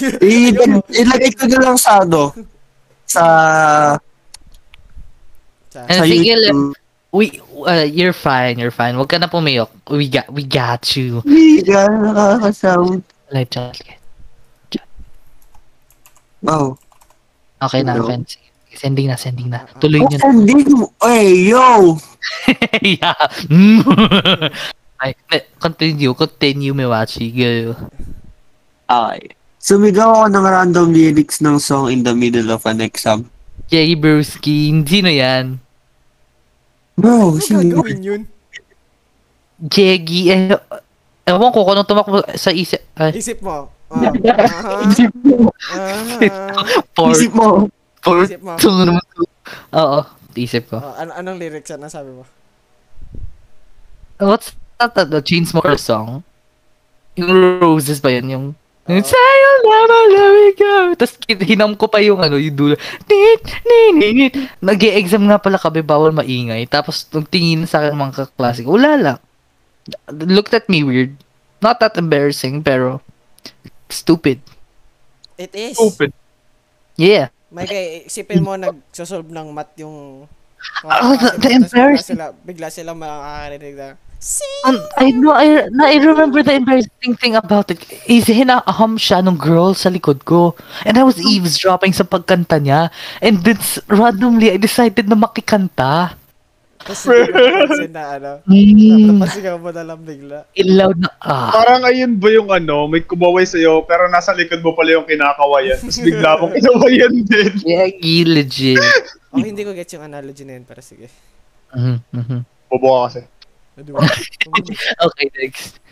[laughs] I- Ilagay ko na lang sa ano. Sa... Sa- And sa sige, YouTube. We, uh, you're fine, you're fine. Huwag ka na pumiyok. We got, we got you. Hindi ka nakakasound. Like, just- Wow. Okay na, Hello? okay na. Sige. Sending na, sending na. Tuloy nyo na. Ang din mo. Oh, Hey, yo! [laughs] yeah. [laughs] Mm. Ay, ne- continue, continue, Miwachi. Go. Ay. Sumigaw ako ng random lyrics ng song in the middle of an exam. Jay Bruski, sino yan? Bro, Ano sino gagawin yun? Jeggy, eh, ewan ko kung anong tumakbo sa isip. Ay, Isip mo. Ah, ah, Isip mo. ah. for, Isip mo. for, Isip [laughs] mo. sunod naman to. Oo, isip ko. Oh, ano, anong lyrics yan? Ang sabi mo? What's that, that the Chainsmokers song? Yung Roses ba yun? Yung, yung Oo. sa'yo naman let me go. Tapos hinam ko pa yung ano, yung dulo. Nit, nit, nit, nit. Nag-e-exam nga pala kami, bawal maingay. Tapos nung tingin sa akin ng mga kaklase ko, wala lang. Looked at me weird. Not that embarrassing, pero stupid. It is. Stupid. Yeah. May kay, isipin mo, nagsosolve ng math yung... Oh, the- the Tapos embarrassing. Bigla sila, bigla sila makakarinig na, See? Um, I know, I, na, I remember the embarrassing thing about it is hinaham siya nung girl sa likod ko. And I was eavesdropping sa pagkanta niya. And then s- randomly, I decided na makikanta. Tapos hindi ko napansin na ano. Mm, Napasigaw mo na lang bigla. ilaw na, ah. Parang ayun ba yung ano, may kumaway sa'yo, pero nasa likod mo pala yung kinakawayan. Tapos bigla mong kinawayan din. Yeah, y- legit. Oh, hindi ko get yung analogy na yun, pero sige. Mhm, mhm. [laughs] Bobo ka kasi. Nadu- Nadu- Okay, next.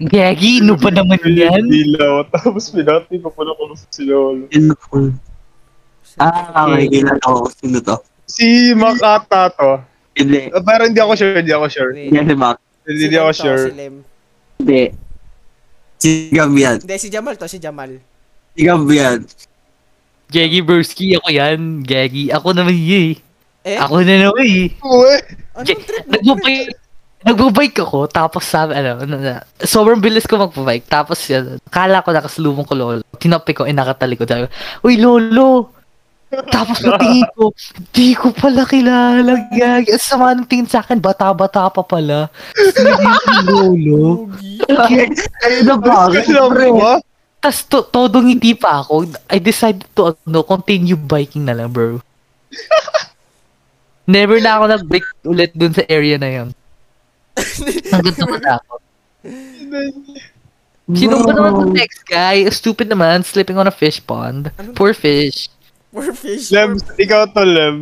Gagi, ano ba naman [laughs] Yung yan? Dilaw. Tapos pinati pa pala ko sa sinolo. Yun ako. Ah, okay. Kilala ko kung sino to. Si Makata to. Hindi. Ah, Pero hindi ako sure, hindi ako sure. Wait. Hindi si Mac. Hindi, Si hindi Lem ako to, sure. Si Lem. Hindi. Si Gab yan. Hindi, si Jamal to, si Jamal. Si Gab yan. Gagi Broski, ako yan. Gagi, ako naman yun eh. Eh? Ako na naman eh. Uwe! Anong trip mo? Nagbabike, nagbabike ako, tapos sabi, ano, ano na, sobrang bilis ko magpabike, tapos, ano, kala ko nakasalubong ko lolo, tinapi ko, eh, nakatalikod, sabi, ko, uy, lolo, tapos natingin ko, di ko pala kilala, gag. Ang sama ng tingin sa akin, bata-bata pa pala. Sino si lolo? Ay, ano na bakit? Kasi lang Pre, ba? Tapos, to, todo ngiti pa ako. I decided to, ano, continue biking na lang, bro. Never na ako nag-bike ulit dun sa area na yun. Hanggang naman ako. Sino ba naman yung next guy? Stupid naman, sleeping on a fish pond. Ano? Poor fish. Poor fish. Lem, poor- ikaw to, Lem.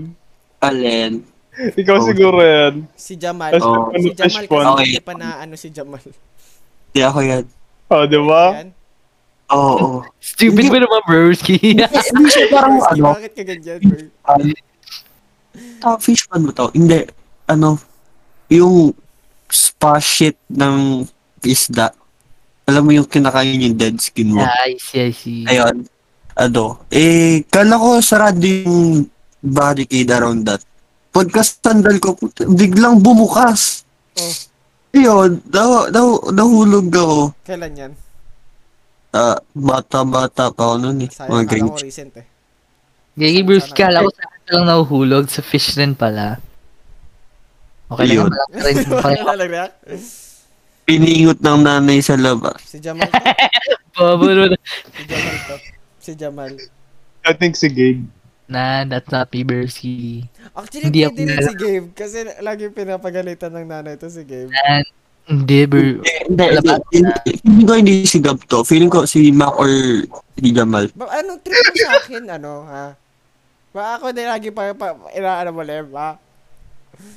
Alin. Ikaw Oh. siguro yan. Si Jamal. Tapos Oh. ano, Si fish Jamal kasi pond. Okay. hindi pa na ano si Jamal. Hindi ako yan. Oh, di ba? Yan. Oo. Stupid ba naman, [laughs] broski? Eh, Hindi siya parang Kasi ano. bakit ka ganyan, bro? Ah, fishman ba to? Hindi. Ano. Yung spa shit ng isda. Alam mo yung kinakain yung dead skin mo. I see, I see. Ayun. ano, eh, kala ko sarado yung barricade around that. Pagkasandal ko, puta, biglang bumukas. Oh. Yun, naw, naw, nahulog ako. Kailan yan? Ah, bata-bata pa ako nun eh. Sayang, Mga akala ko grades. recent eh. Gigi Bruce, kala ko saan ka lang nahuhulog sa fish rin pala. Okay lang, Yun. wala ka [laughs] rin. [laughs] Wala lang react. Piningot ng nanay sa labas. Si Jamal to. Pabulol. Si Jamal to. Si Jamal. I think si Gabe. [laughs] Nah, that's not me, Bersky. Actually, Hindi pwede ako rin nala- si Gabe. Kasi lagi pinapagalitan ng nanay to si Gabe. Hindi, Ber... Hindi, hindi, hindi, hindi ko hindi si Gab to. Feeling ko si Mac or si Jamal. Ba, ano trip mo sa akin? Ano, ha? Ba, ako na lagi pa, pa inaano mo, Lem, ha?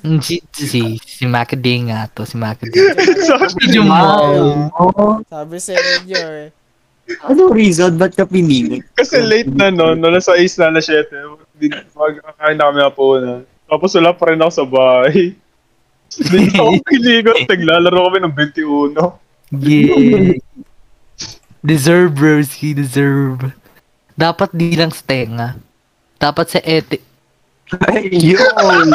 Mm, Si, si, si Macading nga to, si Macading. [laughs] Sorry. Si Jamal. Ano, Oh, sabi sa inyo, eh. ano reason? Ba't ka piningot? Kasi late na no, no nasa isla na 7, di- magkakain na kami po na. Tapos wala pa rin ako sa bahay. Hindi ako kiligot, naglalaro kami ng 21. Yeah. Deserve, Broski, deserve. Dapat di lang sa tenga. Dapat sa ete. Ay, yun!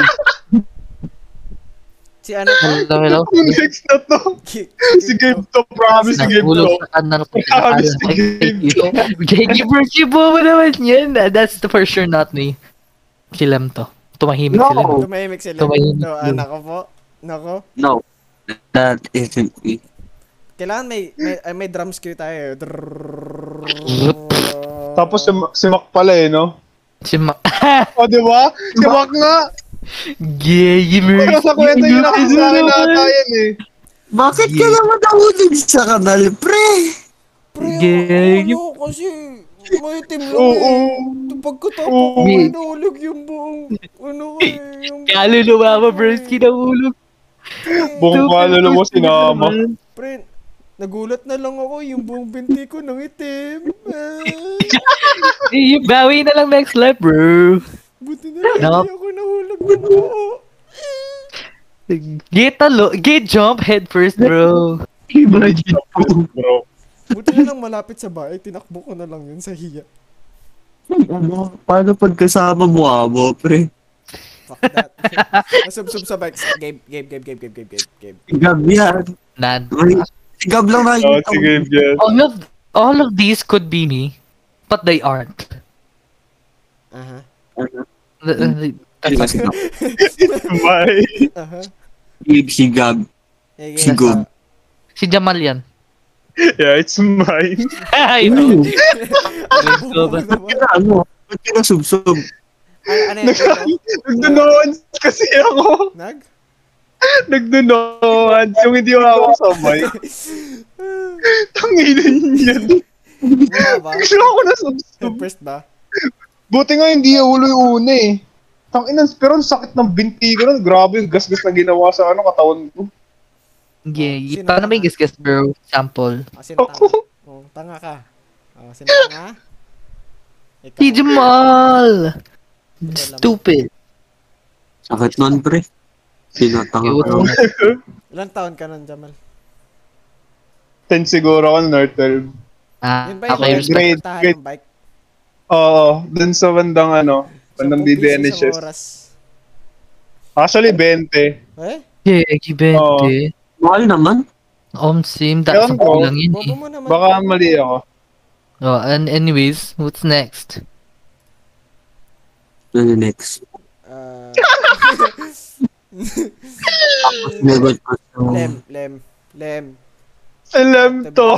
Si ano to? Hello, [laughs] hello. Next na to. Ki- Si Gabe to, promise si Gabe Nahulog to. sa kanan ko. Grabe si Gabe to. Jackie Broski po mo naman yan. That's the for sure not me. Silam to. Tumahimik No. sila. Tumahimik si Lem. Tumahimik No, yun. anak ko po. Nako. [laughs] No, that isn't me. Kailangan may, may, ay, may drums cue tayo. eh. Tapos si, Ma- si Mac pala eh, no? Si Ma... [laughs] O, di ba? Si Mac nga! Gay Pero Broski. sa kwento yung nakasasabi na ata yan eh. Bakit ka naman nahulog sa kanal, pre? Pre, Gay. ano kasi may team lang Oo. eh. Pagkatapos ko, Oo. inulog yung buong, ano eh, yung... Kalo lumama, Broski, nahulog. Buong pala lang mo sinama. Pre, nagulat na lang ako yung buong binti ko ng itim. Ah, Eh, Bawi na lang next life, bro. buti na lang Nako. hindi ako nahulog ng buo. Get a lo- get jump head first, bro. Imagine po. Bro. Buti na lang malapit sa bahay, tinakbo ko na lang yun sa hiya. Ano, paano pagkasama mo, amo, pre? Fuck that. Masubsob sa bike. Gabe, Gabe, Gabe, Gabe, Gabe, Gabe, Gabe, Gabe. Si Gab yan. Nan. Ay, Si Gab lang Oh, nakikita si ko. Gabe yan. All of all of these could be me, but they aren't. Aha, Th- Ano si Gab? Bye. aha. Gabe, si Gab. Eh, eh, Si Gob. Si Jamal yan. [laughs] Yeah, it's mine. Ay, Ano? Go ba? [laughs] Ano, Ano? Ba't ka nasubsob? ano yun? ano? Nagdunoan kasi ako. Nag? Nagdunoan. Yung hindi ako ako sabay. Tanginan yan. Wala ba? Gusto ako na subsub. First ba? Buti nga hindi ako ulo yung una eh. Tanginan, pero ang sakit ng binti ko nun. Grabe yung gasgas na ginawa sa ano, katawan ko. Yeah, paano may guess guess, bro? Sample. Ah, sino tanga? Oh, tanga ka. Oh, sino tanga? Ikaw. Si Jamal! Stupid. Sakit nun, pre. Oh, Sinatanga ko. Ilang taon ka nun, Jamal? 10 siguro ako nung turtle. Ah, Yun ba yung okay, okay, respect. grade, grade. ng bike? Oo, dun sa bandang ano, bandang Sampung piso isang BBNHS. oras. Actually, 20. Eh? Yeah, gibente. Mahal naman. Om sim, da Ewan sa ko. lang yun Bobo eh. mo naman. Baka mali ako. Oh, and anyways, what's next? Ano next? Ah, Never ko lem, lem, lem. Alam to.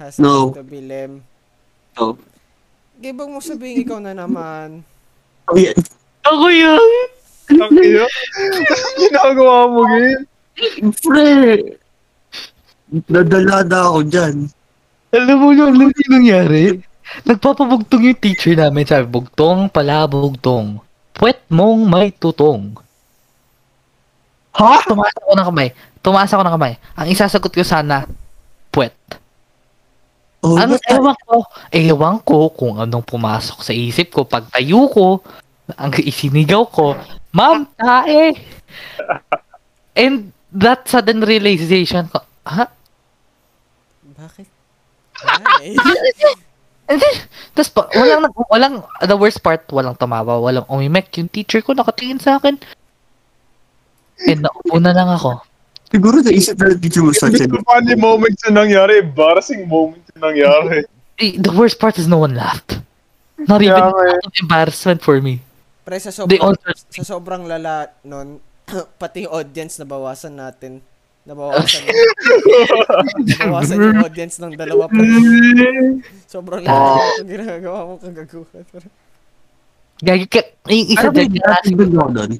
Has No. to be lem. No. Gibang mo sabihin ikaw [laughs] na naman. Oh, yeah. Ako yun! Ang iyo. [laughs] Ginagawa mo, Gil. Pre! Nadalada ako dyan. Alam mo yun, alam mo yung nangyari? Nagpapabugtong yung teacher namin. Sabi, bugtong pala, bugtong. Puwet mong may tutong. Ha? Tumaas ako ng kamay. Tumaas ako ng kamay. Ang isasagot ko sana, puwet. Oh, Ano, ano ewan ko, ewan ko kung anong pumasok sa isip ko. Pagtayo ko, ang isinigaw ko, Ma'am, tae! And that sudden realization ko, ha? Bakit? Ay. And then, tapos pa, walang, nag- walang, the worst part, walang tumawa, walang umimek. Yung teacher ko nakatingin sa akin. And naupo na lang ako. Siguro naisip na teacher mo sa Hindi akin. ko funny moment yung nangyari. Embarrassing moment yung nangyari. Eh, The worst part is no one laughed. Not even Yeah, man. an embarrassment for me. Pre, sa They all sobrang, sa sobrang lala nun, [clears throat] pati yung audience nabawasan natin. Nabawasan, nabawasan yung audience ng dalawa [laughs] pa. Sobrang lala yung ginagawa mo kagaguhan. pre. Gagi ka, yung isa Ano ba din, yung dating ganda ko doon?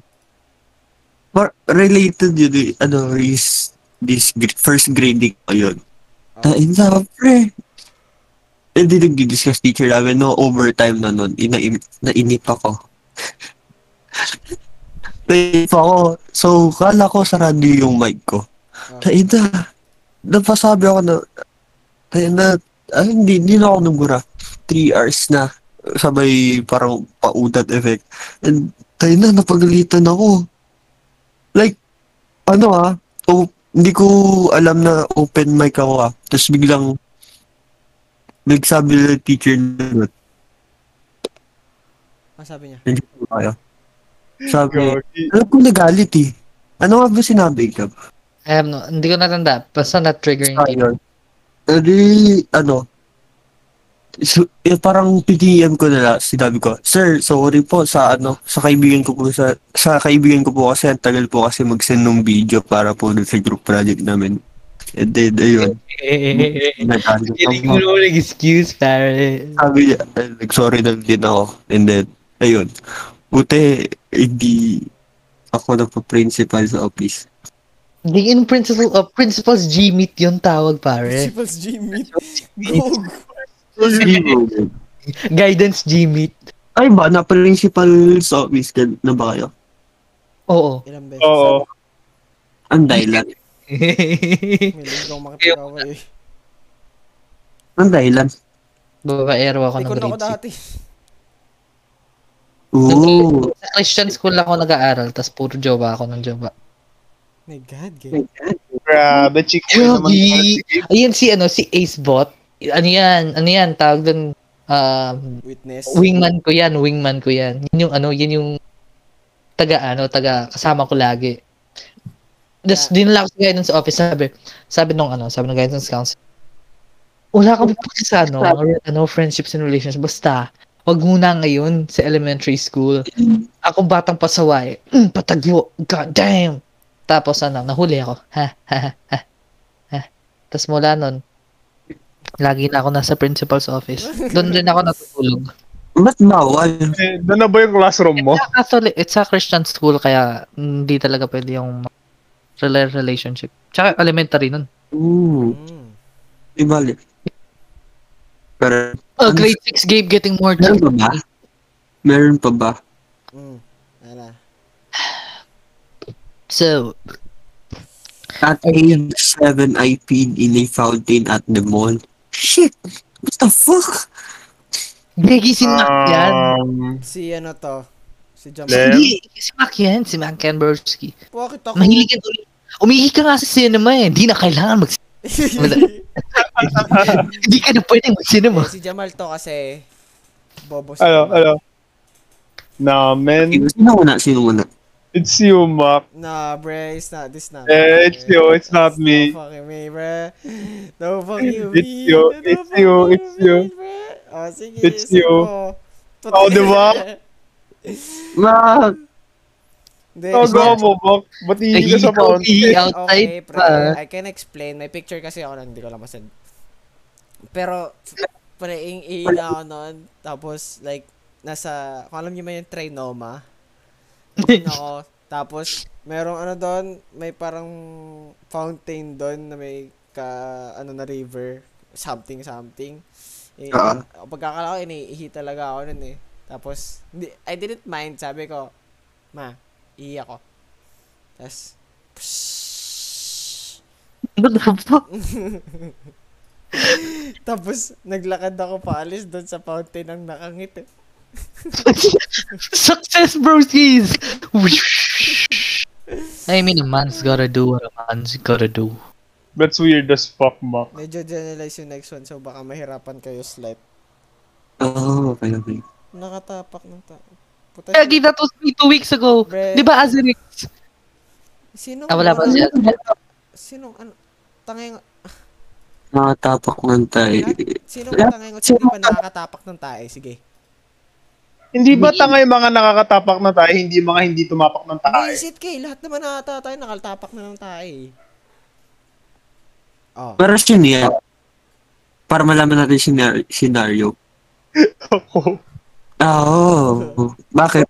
Mar- related yun eh. Ano, is this gr- first grading ko yun. Tain sa pre. Hindi nag-discuss teacher namin no overtime na nun. Ina nainip ako. [laughs] nainip ako. So, kala ko sarado yung mic ko. Tain na. Napasabi ako na, tain na, ah, hindi, hindi na ako nagura. Three hours na. Sabay parang paudat effect. And tayo na, napagalitan ako. Like, ano ah, o, hindi ko alam na open mic ako ah. Tapos biglang, nagsabi na teacher na, Ang ah, sabi niya, nandiyan po kayo. Sabi, Gogi. alam ko nagalit eh. Ano nga ba sinabi ka? I Um, have no, hindi ko natanda. Basta na-trigger yung Ayun. Edi, ano, so, eh, parang PDM ko nila, sinabi ko, Sir, sorry po sa ano, sa kaibigan ko po sa, sa kaibigan ko po kasi ang tagal po kasi mag-send ng video para po dun sa group project namin. And then, ayun, Eh, Eh, nagalit Hindi ako. mo naman excuse, pare. Sabi niya, eh, nag-sorry na din ako. And then, ayun, buti, hindi ako na principal sa office. Hindi in principle, uh, principles G-meet yun tawag, Eh. pare. Principal's G-Meet. Gog. Guidance G-meet. Ay ba, na principal sa office ka na ba kayo? [laughs] Oo. Ilang beses. Oo. Ang dahilan. May ligaw makipag-away. Ang dahilan. Babaero ako ng Tikon ako grade six. dati. Oo. Sa Christian school ako nag-aaral, tas puro jowa ako ng jowa. My God, gay. Grabe, chika naman. Gogi! Ayun si, ano, si Ace Bot. Ano yan? Ano yan? Tawag dun, um, Witness. wingman ko yan, wingman ko yan. Yun yung, ano, yun yung taga, ano, taga, kasama ko lagi. Tapos, dinala ko sa guidance office, sabi, sabi nung, ano, sabi ng guidance council, wala kami pag sa, ano, or, ano, friendships and relations, basta, wag muna ngayon sa elementary school. Ako batang pasaway, mm, patagyo, god damn! Tapos, ano, nahuli ako, [laughs] ha, ha, ha, ha, ha. Tapos, mula nun, lagi na ako nasa principal's office. Doon din ako natutulog. Ba't bawal? Eh, Doon na ba yung classroom mo? It's a Catholic, it's a Christian school kaya hindi talaga pwede yung rela- relationship. Tsaka elementary nun. Oo. Mm. Di bali. Pero, Oh, grade 6 game getting more meron pa ba? Meron pa ba? Mm. Ala. So, At age 7, I peed in a fountain at the mall. Shit! What the fuck? Gagi si Mac yan. Um, Si ano to? Si Jump. Le- Hindi, si Mac yan. Si Mac Kanbrowski. Bakit ako? [laughs] Mahilig yan. umi- Umihi ka nga sa cinema eh. Hindi na kailangan mag Hindi ka na pwedeng mag-cinema. [laughs] si Jamal to kasi bobo si ano, Jamal. ano. Namen. Sino muna? Sino muna? It's you, Mac. Nah, bre, it's not this not. Eh, me, it's bre. you, it's not me. No fucking me, bre. No fucking you, It's you, it's you, it's you. Oh, sige, It's isip you. ko. Puti. Oh, di [laughs] ba? Ma! Hindi, Ano isip- gawa mo, Mac? Ba't hindi ka Nahihi sa ka umihi fountain? outside Okay, pre. pa. I can explain. May picture kasi ako nun, hindi ko lang masend. Pero, pre, ing na ako nun. Tapos, like, nasa, kung alam niyo ba yung trinoma? Yun ako. Tapos, merong ano doon, may parang fountain doon na may ka, ano na river. Something, something. Eh, Ah. pagkakala ko, iniihi talaga ako nun eh. Tapos, hindi, I didn't mind. Sabi ko, ma, ihi ako. Tapos, What the fuck? [laughs] Tapos, naglakad ako paalis doon sa fountain ng nakangiti. Success, broskies! I mean, a man's gotta do what a man's gotta do. That's weird as fuck, Mac. Medyo generalize yung next one, so baka mahirapan kayo slight. Oh, okay, okay. Nakatapak ng tao. Puta, I gave that was me two weeks ago. Bre. Di ba, Azerix? Sino? Ah, wala pa siya. Sino? Ano? Tangay Nakatapak ng tayo. Sino ang tangay ko? Sino pa nakakatapak ng tae? Sige. Hindi ba tanga yung mga nakakatapak na tayo, hindi mga hindi tumapak ng tayo? Visit kay eh. lahat naman nata tayo nakatapak na ng tae. eh. Oh. Pero sinya, para malaman natin scenario. scenario. Ako. Ah, oo. Bakit?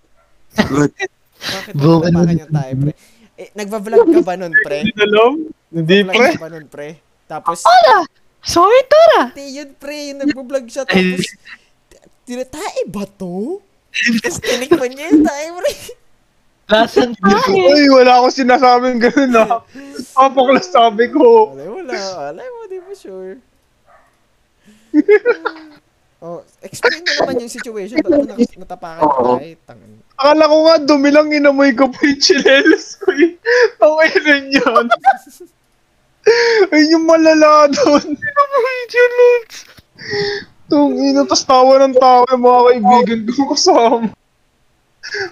But, Bakit Bro, nakatapakan yung tae, pre? Eh, nagva-vlog ka ba nun, pre? Hindi alam? Hindi Vlog pre. ka ba nun, pre? Tapos, Sorry, Tara! te, yun, pre, yung nagbablog siya. Tapos, tinatae ba to? Tapos tinikman niya yung tae, pre. Lasan tayo? Uy, wala akong sinasabing ganun na. Tapak lang sabi ko. Wala, wala. Wala mo, di ba sure? oh, explain mo naman yung situation. Ba't mo nak- natapakan yung tae? Tangan. Akala ko nga, dumi lang inamoy ko pa yung chilelas ko eh. Ang rin [laughs] yun. Ay, yung malala doon. Inamoy chilelas. Tung ina, tas tawa ng tawa yung mga kaibigan ko kasama.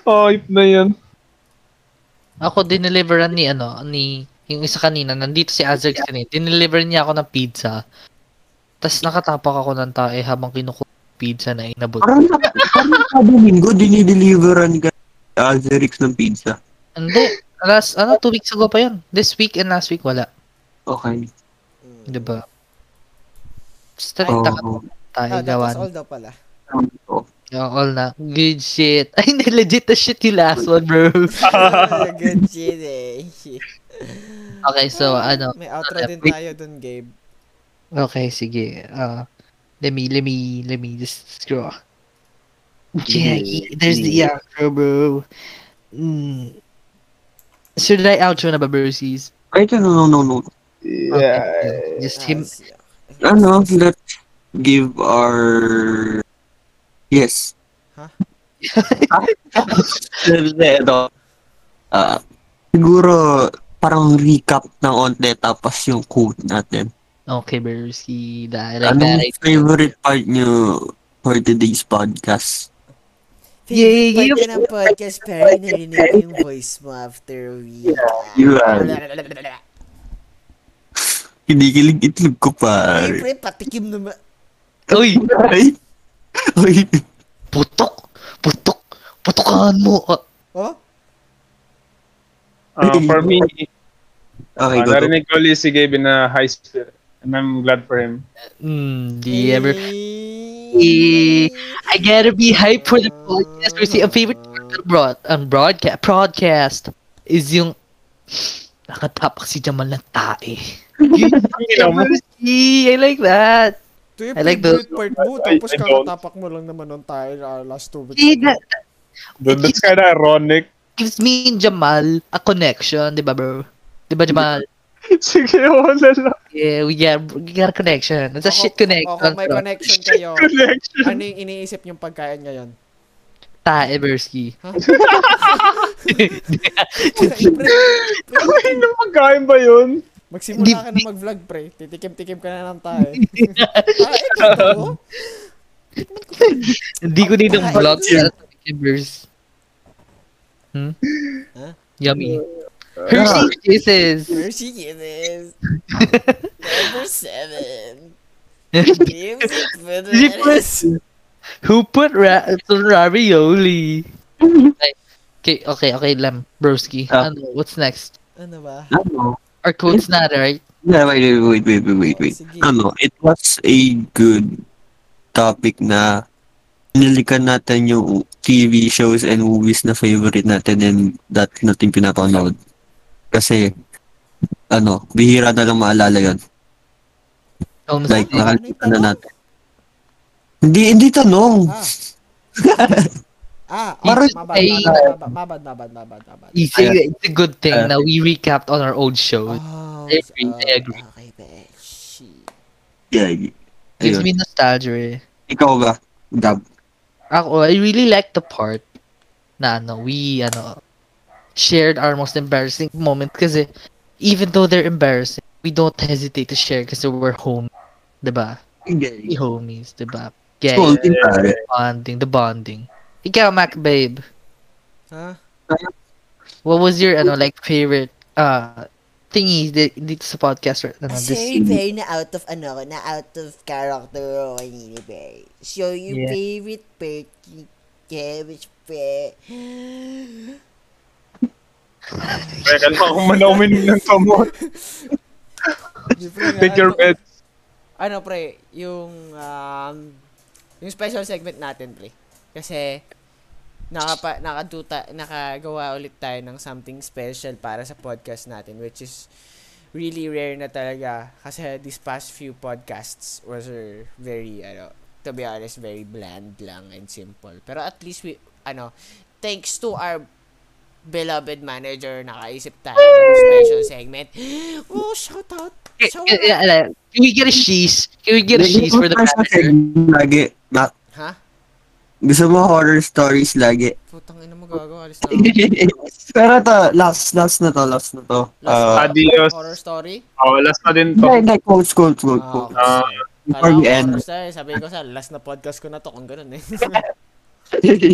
Ayip na yan. Ako dineliveran ni ano, ni yung isa kanina, nandito si Azerx kanina. Dineliver niya ako ng pizza. Tapos nakatapak ako ng tae habang kinukuha yung pizza na inabot. parang, parang kada linggo, dinideliveran ka Azerix ng pizza. Hindi. Last, ano, two weeks ago pa yun. This week and last week, wala. Okay. Di ba? Basta Oo. oh. tayo Ah, that gawa. was all daw pala. [laughs] All, all na. Good shit. [laughs] Ay, hindi. Legit na shit yung last one, bro. Ah, Good shit eh. Okay, so, ano. May outro din tayo dun, Gabe. Okay, sige. Uh, let me, let me, let me just scroll. Yeah, yeah, there's the outro, bro. Mm. Should I outro na ba, Bruce's? Ay, no, no, no, no. Yeah. Ah, Just him. Nice. Ano, let's give our... Yes. [laughs] Huh? Hindi, ito. Ah, siguro, parang recap ng onte tapos yung quote natin. Okay, Brucey. I like that. Anong favorite part nyo for today's podcast? Yay, Pag Gabe. ng podcast, parang narinig ko yung voice mo after a week. You are. Kinikilig itlog ko pa. Ay, pre, patikim naman. Uy! Ay! Ay! Putok! Putok! Putokan mo! Ah, Oh? Uh, for me, Okay, uh, go. go. narinig ko ulit si Gabe in a high spirit. And I'm glad for him. Mm, do you ever... Eh. E- I gotta be hype for the podcast. Kasi ang favorite part ng broad, ang broadcast, broadcast is yung nakatapak si Jamal ng tae. Yee, I like that. Ito yung I like favorite part mo, tapos I don't. kakatapak mo lang naman ng tayo na last two weeks. See, that, Dude, that's kinda ironic. gives me and Jamal a connection, di ba bro? Di ba Jamal? Sige, wala lang. Yeah, we got, we got a connection. It's a Ako- shit connection. Ako, may bro. connection kayo. Connection. Ano yung iniisip yung pagkain ngayon? [laughs] Tae, Bersky. Ay, pre, Ay, na magkain ba yun? Magsimula ka na mag-vlog, pre. Titikim-tikim ka na ng [laughs] tayo. [laughs] Tayo ba to? Hindi ko din ng Tae. vlog sa Bersky. Hmm? Huh? Yummy. Hershey [laughs] kisses. Mercy Guinness. Number 7. Music for the Music for- Menace. Who put ra- ravioli? okay, okay, okay, Lem. Broski. Ah. Ano, what's next? Ano [laughs] ba? Ano? Our quotes na, right? Yeah, wait, wait, wait, wait, wait, wait. Sige. Ano, it was a good topic na nilikan natin yung TV shows and movies na favorite natin and that natin pinapanood. Kasi, ano, bihira na lang maalala yun. Almost Like, like, nakalimutan na natin. Hindi, hindi tanong. Ah. Ah, oh, Parang- mabad, Ay. mabad, mabad, mabad, mabad, mabad. it's, a, ayan. it's a good thing Ah. na we recapped on our old shows. Oh, I agree, I agree. oh, Okay, bitch. Yeah. Gives Ayun. me nostalgia. Eh. Ikaw ba? Dab. Ako, I really like the part na ano, we, ano, shared our most embarrassing moment kasi even though they're embarrassing, we don't hesitate to share kasi we're home. Diba? We homies, diba? Yeah, yeah. Scolding pare. Bonding, the bonding. Ikaw, Mac, babe. Ha? What was your, ano, like, favorite, uh, thingy di- dito sa podcast right ano, this Sorry, Bear, na out of ano, na out of character ako kanina, Bear. So, your Yeah. favorite Bear, Kevish Bear. Teka ano, lang, ako manawin ng kamot. Take your bed. Ano, pre, yung, um, yung special segment natin, pre. Kasi, nakapa, nakaduta, nakagawa ulit tayo ng something special para sa podcast natin, which is really rare na talaga. Kasi these past few podcasts was are very, ano, to be honest, very bland lang and simple. Pero at least we, ano, thanks to our beloved manager, nakaisip tayo ng special segment. [gasps] Oh, shout out! Eh, Shout out! Yeah, yeah, Can we get a sheesh? Can we get a sheesh for the Nag-iisip manager? tayo Lagi. Ma- Ha? gusto mo horror stories lagi. Putang ina mo gagawa. Alis na ako. [laughs] Pero to, last, last na to, last na to. Last Uh, Adios. Horror story? Oh, last na din to. Hindi, hindi, quotes, quotes, quotes, quotes. Ah, Kala Before we ko end. [laughs] horror story. Sabi ko sa last na podcast ko na to kung ganun eh.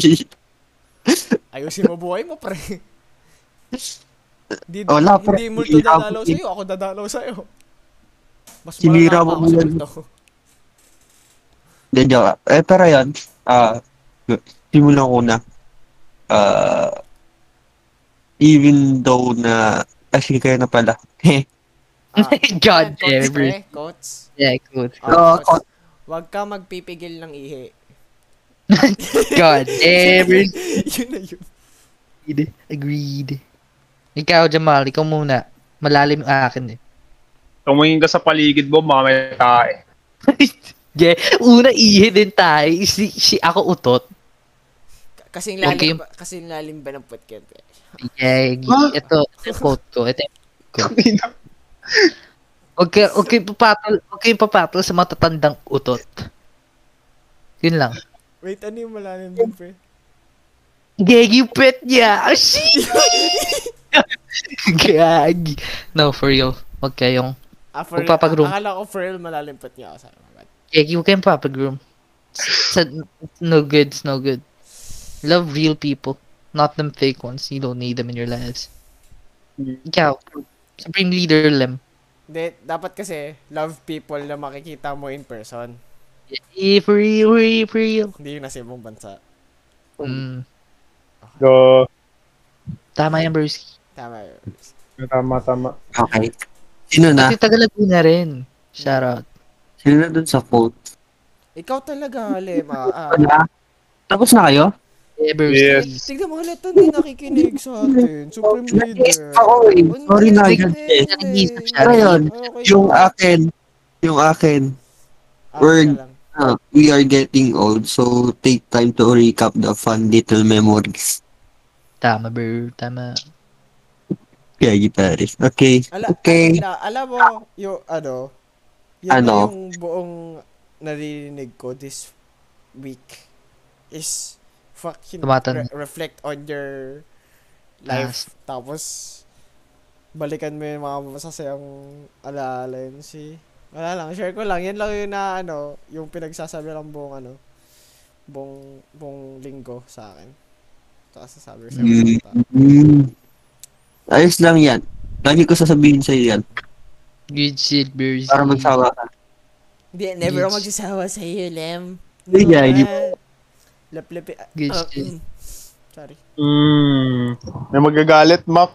[laughs] Ayusin mo buhay mo pre. Di, Wala, pre. Hindi multo dadalaw sa'yo. Ako dadalaw sa'yo. Mas Sinira malala mo ako mo sa yan. multo. [laughs] Hindi, joke. Eh, pero yun, ah, simulan ko na. Ah, even though na, actually kayo na pala. [laughs] Ah, [laughs] God ayan, coach, damn it. pre, Coach. Yeah, good. Ah, Oh, coach. Huwag ka magpipigil ng ihi. God damn it. [laughs] yun na yun. Agreed. Agreed. Ikaw, Jamal, ikaw muna. Malalim ang akin eh. tumingin ka sa paligid mo, baka may tae. yeah. Una, ihe din tayo. Si, si ako utot. K- Kasing Huwag lalim, kayong- ba- kasing lalim ba ng podcast? eh? Yeah, gi- ito, ito yung quote ko. Ito [laughs] yung Okay, okay, papatol, okay, papatol sa matatandang utot. Yun lang. Wait, ano yung malalim din pre? Gagi pet niya. Ah, shit! Gagi. No, for real. Huwag kayong... Ah, for, Magpapagroom. Akala ko for real malalimpot niya ako sa mga Gagi, huwag kayong papagroom. Sa, no good, it's no good. Love real people. Not them fake ones. You don't need them in your lives. Ikaw, Supreme Leader Lem. Hindi, dapat kasi love people na makikita mo in person. Eh, for real, for real, for real. Hindi yung nasa ibang bansa. Mm, So, tama yan, Bruce. Tama yun. tama, tama. Okay. Sino na? Kasi taga Laguna rin. Shoutout. Sino na dun sa quote? Ikaw talaga, Lema. Ah, Wala. Tapos na kayo? Eh, Bruce. Yes. tignan mo halata hindi nakikinig sa atin. Supreme leader. Ano Ako eh. Sorry na. Hindi, hindi. Nakikinig siya. Pero yun, Okay. yung akin, yung akin, Ah, word. siya lang. ah, we are getting old, so take time to recap the fun little memories. Tama, bro. Tama. Kaya guitarist. Okay. Ala, Okay. ala- alam mo, yung ano, yun Ano? yung buong naririnig ko this week is fucking Tumatan- re- reflect on your life. Tapos, balikan mo yung mga masasayang alaala yun si... Wala lang, share ko lang. Yan lang yun na ano, yung pinagsasabi lang buong ano, buong, buong linggo sa akin. Tsaka sasabi sa Mm. mga Mm. Ayos lang yan. Lagi ko sasabihin sa'yo yan. Good shit, Bruce. Para magsawa ka. Hindi, never ako magsasawa sa iyo, Lem. Hey, guys. Laplapi... ah, Good ah, shit. mm. sorry. Hmm. Mm, may magagalit, Mac.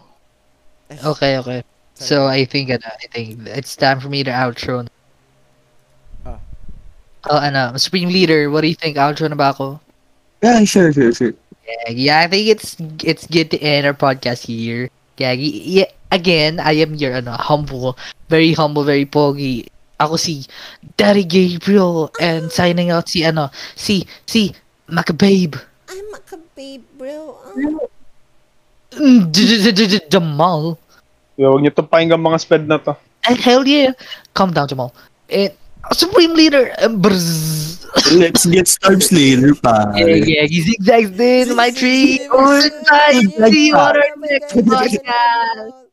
Okay, okay. So I think ano, I think it's time for me to outro. na. Ah. Oh, ano, Supreme Leader, what do you think? Outro na ba ako? Yeah, sure, sure, sure. Yeah, yeah, I think it's it's good to end our podcast here. Yeah, y- yeah, again, I am your ano, humble, very humble, very pogi. Ako si Daddy Gabriel and signing out si ano, si si Macababe. I'm a babe, bro. Ah. Mm, j- j- j- j- Jamal. Yeah, huwag niyo to pakinggan mga sped na to. Eh, hell yeah. Calm down, Jamal. And Supreme Leader, um, brz. Let's get starts later, pa. Yeah, yeah, he zigzags in my tree. Zigzags. Goodbye. See you on our Bye, next guys. podcast. Bye.